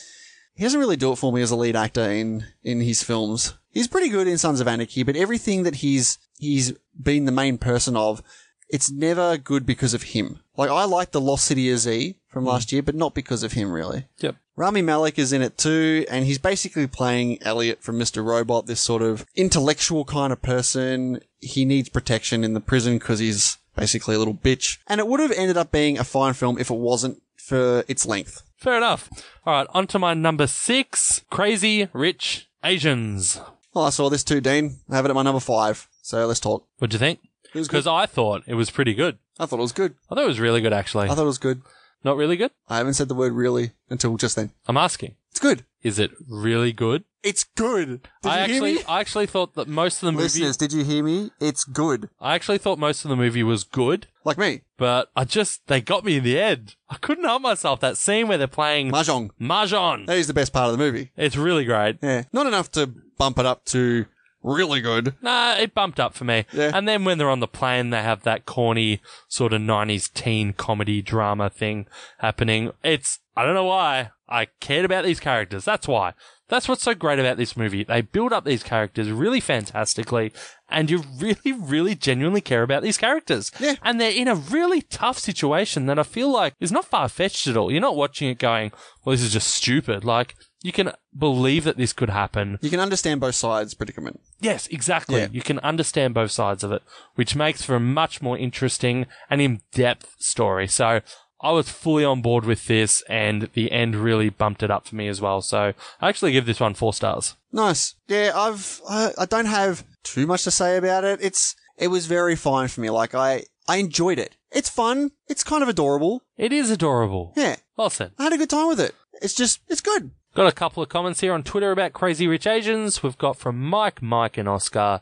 he doesn't really do it for me as a lead actor in in his films. He's pretty good in Sons of Anarchy, but everything that he's he's been the main person of, it's never good because of him. Like I like the Lost City of Z from last year, but not because of him really. Yep. Rami Malek is in it too, and he's basically playing Elliot from Mr. Robot, this sort of intellectual kind of person. He needs protection in the prison because he's basically a little bitch. And it would have ended up being a fine film if it wasn't for its length. (laughs) Fair enough. All right, on to my number six Crazy Rich Asians. Well, Oh, I saw this too, Dean. I have it at my number five. So let's talk. What'd you think? Because I thought it was pretty good. I thought it was good. I thought it was really good, actually. I thought it was good. Not really good? I haven't said the word really until just then. I'm asking. It's good. Is it really good? It's good. Did I you hear actually, me? I actually thought that most of the movie. Listeners, did you hear me? It's good. I actually thought most of the movie was good, Like me. but I just they got me in the end. I couldn't help myself. That scene where they're playing Mahjong. Mahjong. That is the best part of the movie. It's really great. Yeah. Not enough to bump it up to really good. Nah, it bumped up for me. And then when they're on the plane, they have that corny sort of 90s teen comedy drama thing happening. It's, I don't know why I cared about these characters. That's why. That's what's so great about this movie. They build up these characters really fantastically, and you really, really genuinely care about these characters. Yeah. And they're in a really tough situation that I feel like is not far fetched at all. You're not watching it going, well, this is just stupid. Like, you can believe that this could happen. You can understand both sides predicament. Yes, exactly. You can understand both sides of it, which makes for a much more interesting and in depth story. So I was fully on board with this, and the end really bumped it up for me as well. So I actually give this one four stars. Nice. Yeah, I've I, I don't have too much to say about it. It's it was very fine for me. Like I I enjoyed it. It's fun. It's kind of adorable. It is adorable. Yeah. Well said. I had a good time with it. It's just it's good. Got a couple of comments here on Twitter about Crazy Rich Asians. We've got from Mike, Mike, and Oscar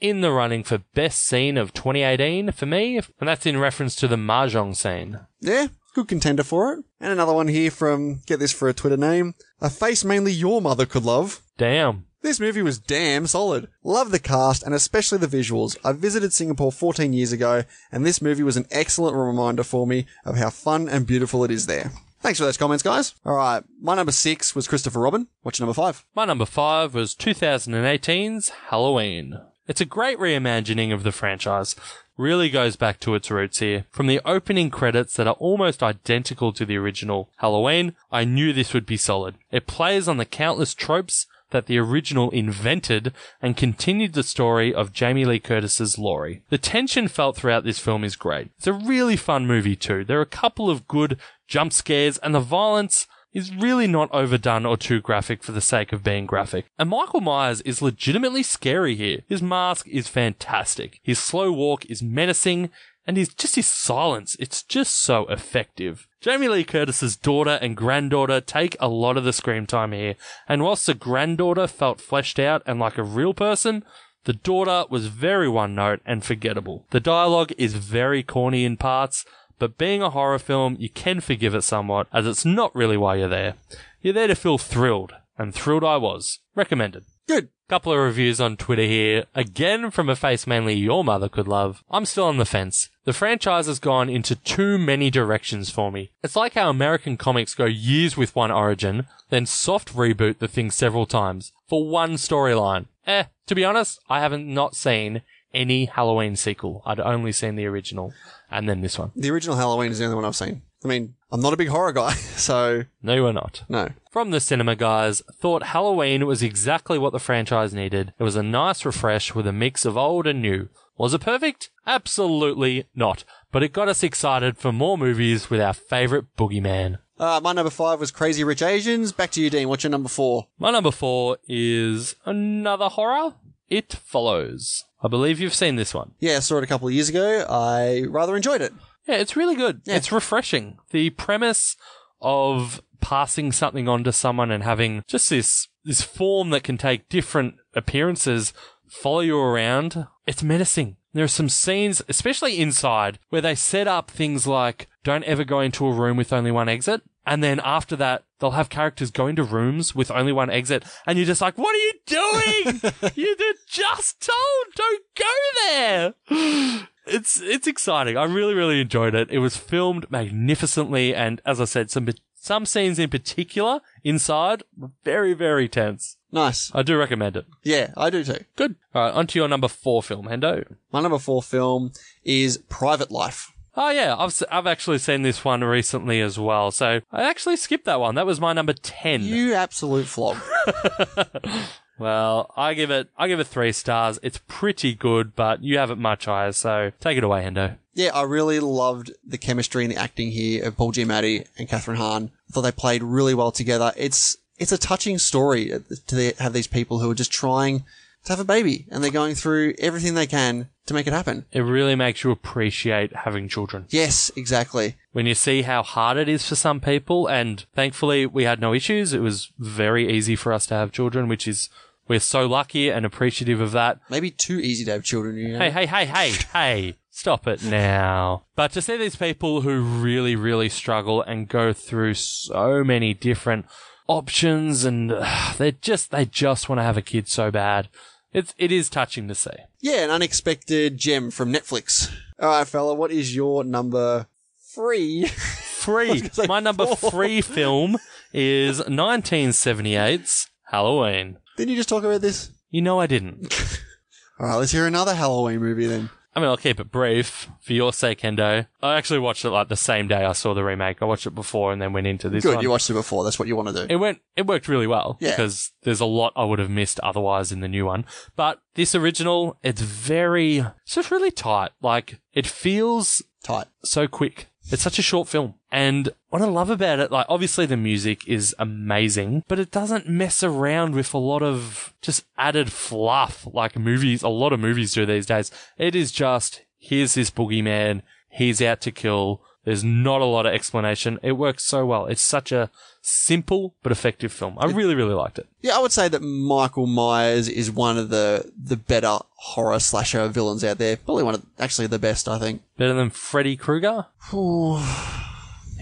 in the running for best scene of 2018 for me, and that's in reference to the mahjong scene. Yeah, good contender for it. And another one here from get this for a Twitter name. A face mainly your mother could love. Damn. This movie was damn solid. Love the cast and especially the visuals. I visited Singapore 14 years ago, and this movie was an excellent reminder for me of how fun and beautiful it is there. Thanks for those comments, guys. All right, my number six was Christopher Robin. What's your number five? My number five was 2018's Halloween. It's a great reimagining of the franchise. Really goes back to its roots here. From the opening credits that are almost identical to the original Halloween, I knew this would be solid. It plays on the countless tropes that the original invented and continued the story of Jamie Lee Curtis's Laurie. The tension felt throughout this film is great. It's a really fun movie too. There are a couple of good jump scares and the violence is really not overdone or too graphic for the sake of being graphic. And Michael Myers is legitimately scary here. His mask is fantastic. His slow walk is menacing and his just his silence, it's just so effective. Jamie Lee Curtis's daughter and granddaughter take a lot of the screen time here, and whilst the granddaughter felt fleshed out and like a real person, the daughter was very one note and forgettable. The dialogue is very corny in parts, but being a horror film, you can forgive it somewhat, as it's not really why you're there. You're there to feel thrilled, and thrilled I was. Recommended. Good. Couple of reviews on Twitter here. Again from a face mainly your mother could love. I'm still on the fence. The franchise has gone into too many directions for me. It's like how American comics go years with one origin, then soft reboot the thing several times for one storyline. Eh, to be honest, I haven't not seen any Halloween sequel. I'd only seen the original and then this one. The original Halloween is the only one I've seen. I mean, I'm not a big horror guy, (laughs) so No, you are not. no. From the cinema guys, thought Halloween was exactly what the franchise needed. It was a nice refresh with a mix of old and new. Was it perfect? Absolutely not. But it got us excited for more movies with our favourite boogeyman. Uh, my number five was Crazy Rich Asians. Back to you, Dean. What's your number four? My number four is another horror. It follows. I believe you've seen this one. Yeah, I saw it a couple of years ago. I rather enjoyed it. Yeah, it's really good. It's refreshing. The premise of passing something on to someone and having just this this form that can take different appearances follow you around. It's menacing. There are some scenes, especially inside, where they set up things like don't ever go into a room with only one exit. And then after that, they'll have characters go into rooms with only one exit. And you're just like, what are you doing? you did just told don't go there. (gasps) It's, it's exciting. I really, really enjoyed it. It was filmed magnificently. And as I said, some, some scenes in particular inside were very, very tense. Nice. I do recommend it. Yeah, I do too. Good. All right, on to your number four film, Hendo. My number four film is Private Life. Oh yeah, I've s- I've actually seen this one recently as well. So I actually skipped that one. That was my number ten. You absolute flop. well, I give it I give it three stars. It's pretty good, but you have it much higher. So take it away, Hendo. Yeah, I really loved the chemistry and the acting here of Paul Giamatti and Catherine Hahn. I thought they played really well together. It's it's a touching story to the- have these people who are just trying to have a baby and they're going through everything they can to make it happen. It really makes you appreciate having children. Yes, exactly. When you see how hard it is for some people, and thankfully we had no issues. It was very easy for us to have children, which is we're so lucky and appreciative of that. Maybe too easy to have children. You know? Hey, hey, hey, hey, hey. Stop it now. But to see these people who really, really struggle and go through so many different options and uh, they just they just want to have a kid so bad. It's it is touching to see. Yeah, an unexpected gem from Netflix. All right, fella, what is your number three? (laughs) Three. My number three film is 1978's Halloween. Didn't you just talk about this? You know I didn't. All right, let's hear another Halloween movie then. I mean, I'll keep it brief for your sake, Hendo. I actually watched it like the same day I saw the remake. I watched it before and then went into this Good, one. you watched it before. That's what you want to do. It went. It worked really well Yeah. because there's a lot I would have missed otherwise in the new one. But this original, it's very, it's just really tight. Like it feels tight, so quick. It's such a short film, and what I love about it, like obviously the music is amazing, but it doesn't mess around with a lot of just added fluff like movies. A lot of movies do these days. It is just here's this boogeyman. He's out to kill. There's not a lot of explanation. It works so well. It's such a simple but effective film. I really, really liked it. Yeah, I would say that Michael Myers is one of the the better horror slasher villains out there. Probably one of actually the best, I think. Better than Freddy (sighs) Krueger?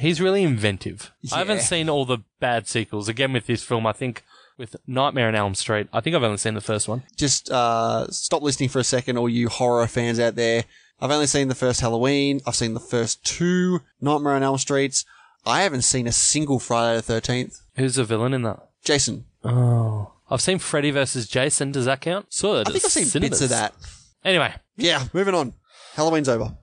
He's really inventive. I haven't Yeah. seen all the bad sequels. Again, with this film, I think with Nightmare on Elm Street, I think I've only seen the first one. Just uh, stop listening for a second, all you horror fans out there. I've only seen the first Halloween. I've seen the first two Nightmare on Elm Streets. I haven't seen a single Friday the Thirteenth. Who's the villain in that? Jason. Oh. I've seen Freddy versus Jason. Does that count? Sort of. I think I've seen bits of that. Anyway, Yeah, moving on. Halloween's over.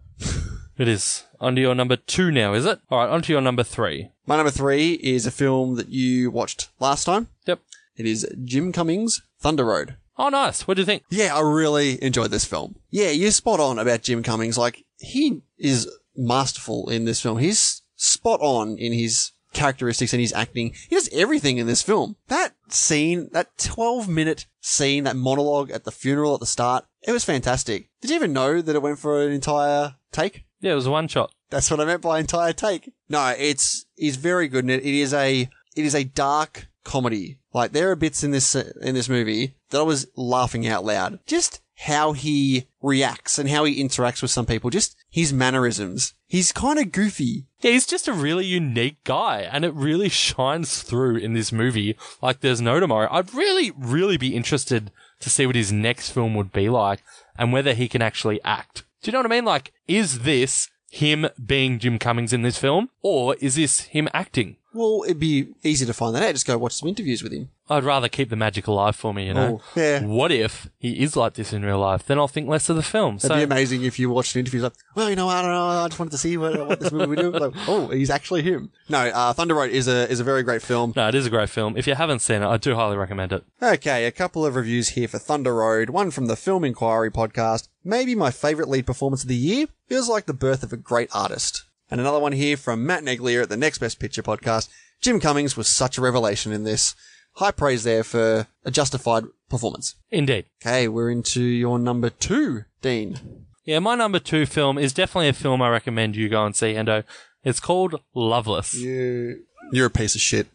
it is. On to your number two now, is it? All right, on to your number three. My number three is a film that you watched last time. Yep. It is Jim Cummings' Thunder Road. Oh, nice. What do you think? Yeah, I really enjoyed this film. Yeah, you're spot on about Jim Cummings. Like, he is masterful in this film. He's spot on in his characteristics and his acting. He does everything in this film. That scene, that 12 minute scene, that monologue at the funeral at the start, it was fantastic. Did you even know that it went for an entire take? Yeah, it was a one shot. That's what I meant by entire take. No, it's he's very good in it. It is a it is a dark comedy. Like there are bits in this in this movie that I was laughing out loud. Just how he reacts and how he interacts with some people. Just his mannerisms. He's kind of goofy. Yeah, he's just a really unique guy, and it really shines through in this movie. Like, there's no tomorrow. I'd really, really be interested to see what his next film would be like and whether he can actually act. Do you know what I mean? Like, is this him being Jim Cummings in this film, or is this him acting? Well, it'd be easy to find that out. Just go watch some interviews with him. I'd rather keep the magic alive for me, you know? Oh, yeah. What if he is like this in real life? Then I'll think less of the film. That'd so, be amazing if you watched interviews like, well, you know, I don't know, I just wanted to see what, what this movie would do. Like, (laughs) oh, he's actually him. No, uh, Thunder Road is a is a very great film. no, it is a great film. If you haven't seen it, I do highly recommend it. Okay, a couple of reviews here for Thunder Road. One from the Film Inquiry podcast. Maybe my favorite lead performance of the year. Feels like the birth of a great artist. And another one here from Matt Neglier at the Next Best Picture podcast. Jim Cummings was such a revelation in this. High praise there for a justified performance. Indeed. Okay, we're into your number two, Dean. Yeah, my number two film is definitely a film I recommend you go and see, Hendo. It's called Loveless. You, you're a piece of shit.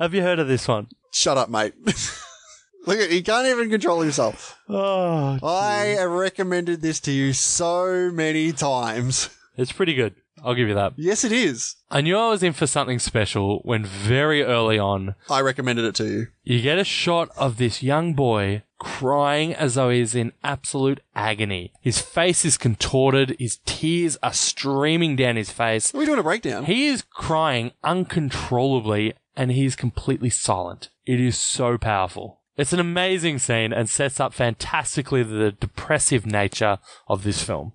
Have you heard of this one? Shut up, mate. (laughs) Look at he can't even control himself. Oh, I have recommended this to you so many times. It's pretty good. I'll give you that. Yes, it is. I knew I was in for something special when very early on, I recommended it to you. you get a shot of this young boy crying as though he's in absolute agony. His face is contorted, his tears are streaming down his face. Are we doing a breakdown? He is crying uncontrollably and he's completely silent. It is so powerful. It's an amazing scene and sets up fantastically the depressive nature of this film.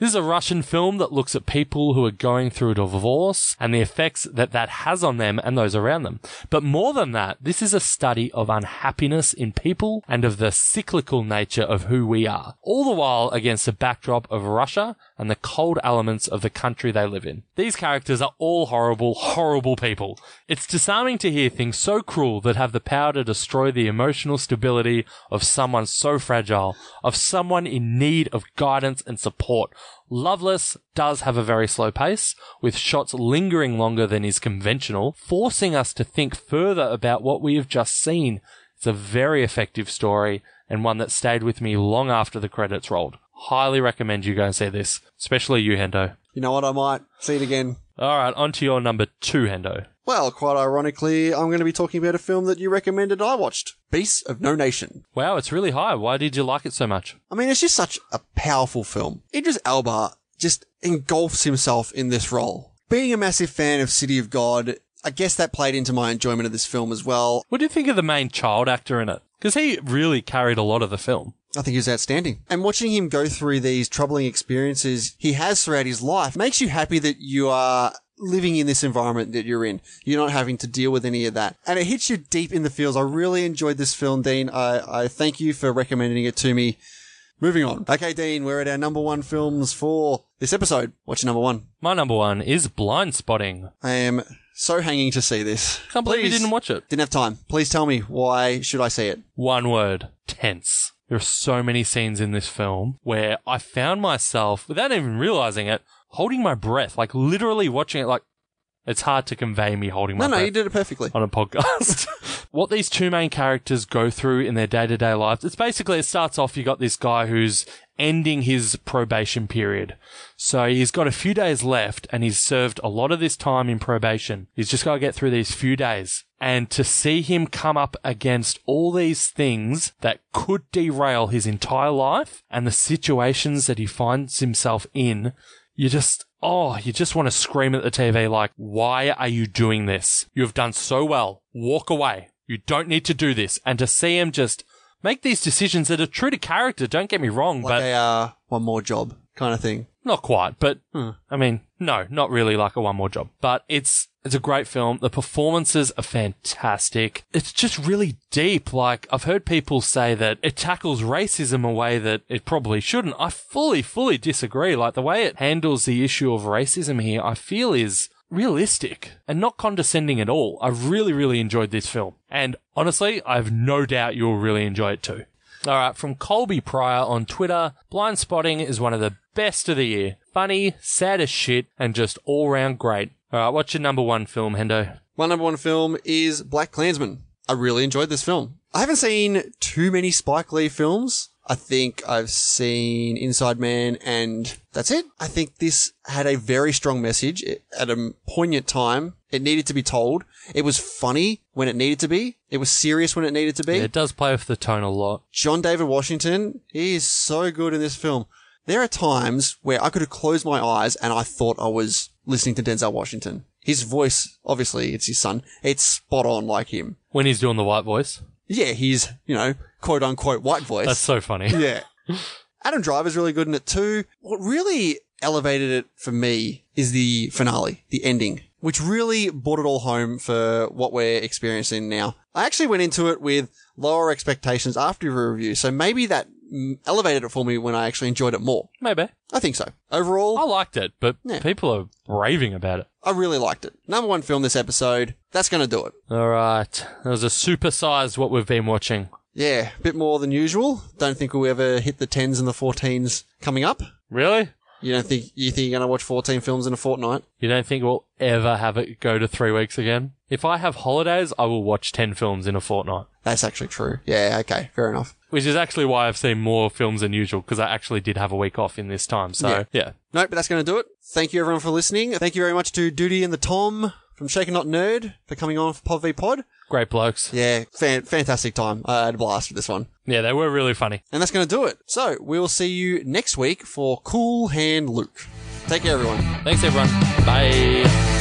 This is a Russian film that looks at people who are going through a divorce and the effects that that has on them and those around them. But more than that, this is a study of unhappiness in people and of the cyclical nature of who we are, all the while against the backdrop of Russia and the cold elements of the country they live in. These characters are all horrible, horrible people. It's disarming to hear things so cruel that have the power to destroy the emotional stability of someone so fragile, of someone in need of guidance and support. Loveless does have a very slow pace, with shots lingering longer than is conventional, forcing us to think further about what we have just seen. It's a very effective story and one that stayed with me long after the credits rolled. Highly recommend you go and see this, especially you, Hendo. You know what? I might see it again. All right, on to your number two, Hendo. Well, quite ironically, I'm going to be talking about a film that you recommended I watched Beasts of No Nation. Wow, it's really high. Why did you like it so much? I mean, it's just such a powerful film. Idris Elba just engulfs himself in this role. Being a massive fan of City of God, I guess that played into my enjoyment of this film as well. What do you think of the main child actor in it? Because he really carried a lot of the film. I think he was outstanding. And watching him go through these troubling experiences he has throughout his life makes you happy that you are living in this environment that you're in. You're not having to deal with any of that. And it hits you deep in the feels. I really enjoyed this film, Dean. I, I thank you for recommending it to me. Moving on. Okay, Dean, we're at our number one films for this episode. What's your number one? My number one is Blind Spotting. I am so hanging to see this. Can't believe you didn't watch it. Didn't have time. Please tell me why should I see it? One word tense. There are so many scenes in this film where I found myself, without even realizing it, holding my breath, like literally watching it, like, it's hard to convey me holding my No, no, breath you did it perfectly. on a podcast. (laughs) what these two main characters go through in their day to day lives, it's basically, it starts off, you got this guy who's ending his probation period. So he's got a few days left and he's served a lot of this time in probation. He's just got to get through these few days. And to see him come up against all these things that could derail his entire life and the situations that he finds himself in, you just, oh, you just want to scream at the TV like, why are you doing this? You have done so well. Walk away. You don't need to do this. And to see him just make these decisions that are true to character, don't get me wrong, Like but a uh, one more job kind of thing. not quite, but I mean, no, not really like a one more job. But it's it's a great film. The performances are fantastic. It's just really deep. Like I've heard people say that it tackles racism a way that it probably shouldn't. I fully, fully disagree. Like the way it handles the issue of racism here, I feel is realistic and not condescending at all. I really, really enjoyed this film. And honestly, I have no doubt you'll really enjoy it too. All right, from Colby Pryor on Twitter, Blind Spotting is one of the best of the year. Funny, sad as shit, and just all round great. All right, what's your number one film, Hendo? My number one film is Black Klansman. I really enjoyed this film. I haven't seen too many Spike Lee films. I think I've seen Inside Man and that's it. I think this had a very strong message It- at a poignant time. It needed to be told. It was funny when it needed to be. It was serious when it needed to be. It does play with the tone a lot. John David Washington, he is so good in this film. There are times where I could have closed my eyes and I thought I was listening to Denzel Washington. His voice, obviously, it's his son. It's spot on like him. When he's doing the white voice. Yeah, he's, you know, quote unquote white voice. That's so funny. (laughs) Yeah. Adam Driver's really good in it too. What really elevated it for me is the finale, the ending, which really brought it all home for what we're experiencing now. I actually went into it with lower expectations after your review, so maybe that mm, elevated it for me when I actually enjoyed it more. Maybe. I think so. Overall, I liked it, but people are raving about it. I really liked it. Number one film this episode. That's going to do it. All right, that was a supersized what we've been watching. Yeah, a bit more than usual. Don't think we'll ever hit the 10s and the 14s coming up. Really? You don't think you think you're going to watch 14 films in a fortnight? You don't think we'll ever have it go to three weeks again? If I have holidays, I will watch 10 films in a fortnight. That's actually true. Yeah, okay, fair enough. Which is actually why I've seen more films than usual, because I actually did have a week off in this time. So, Yeah. yeah. No, but that's going to do it. Thank you everyone for listening. Thank you very much to Duty and the Tom from Shaken Not Nerd for coming on for Pod v Pod. Great blokes. Yeah, fan- fantastic time. I had a blast with this one. Yeah, they were really funny. And that's going to do it. So we'll see you next week for Cool Hand Luke. Take care, everyone. Thanks, everyone. Bye.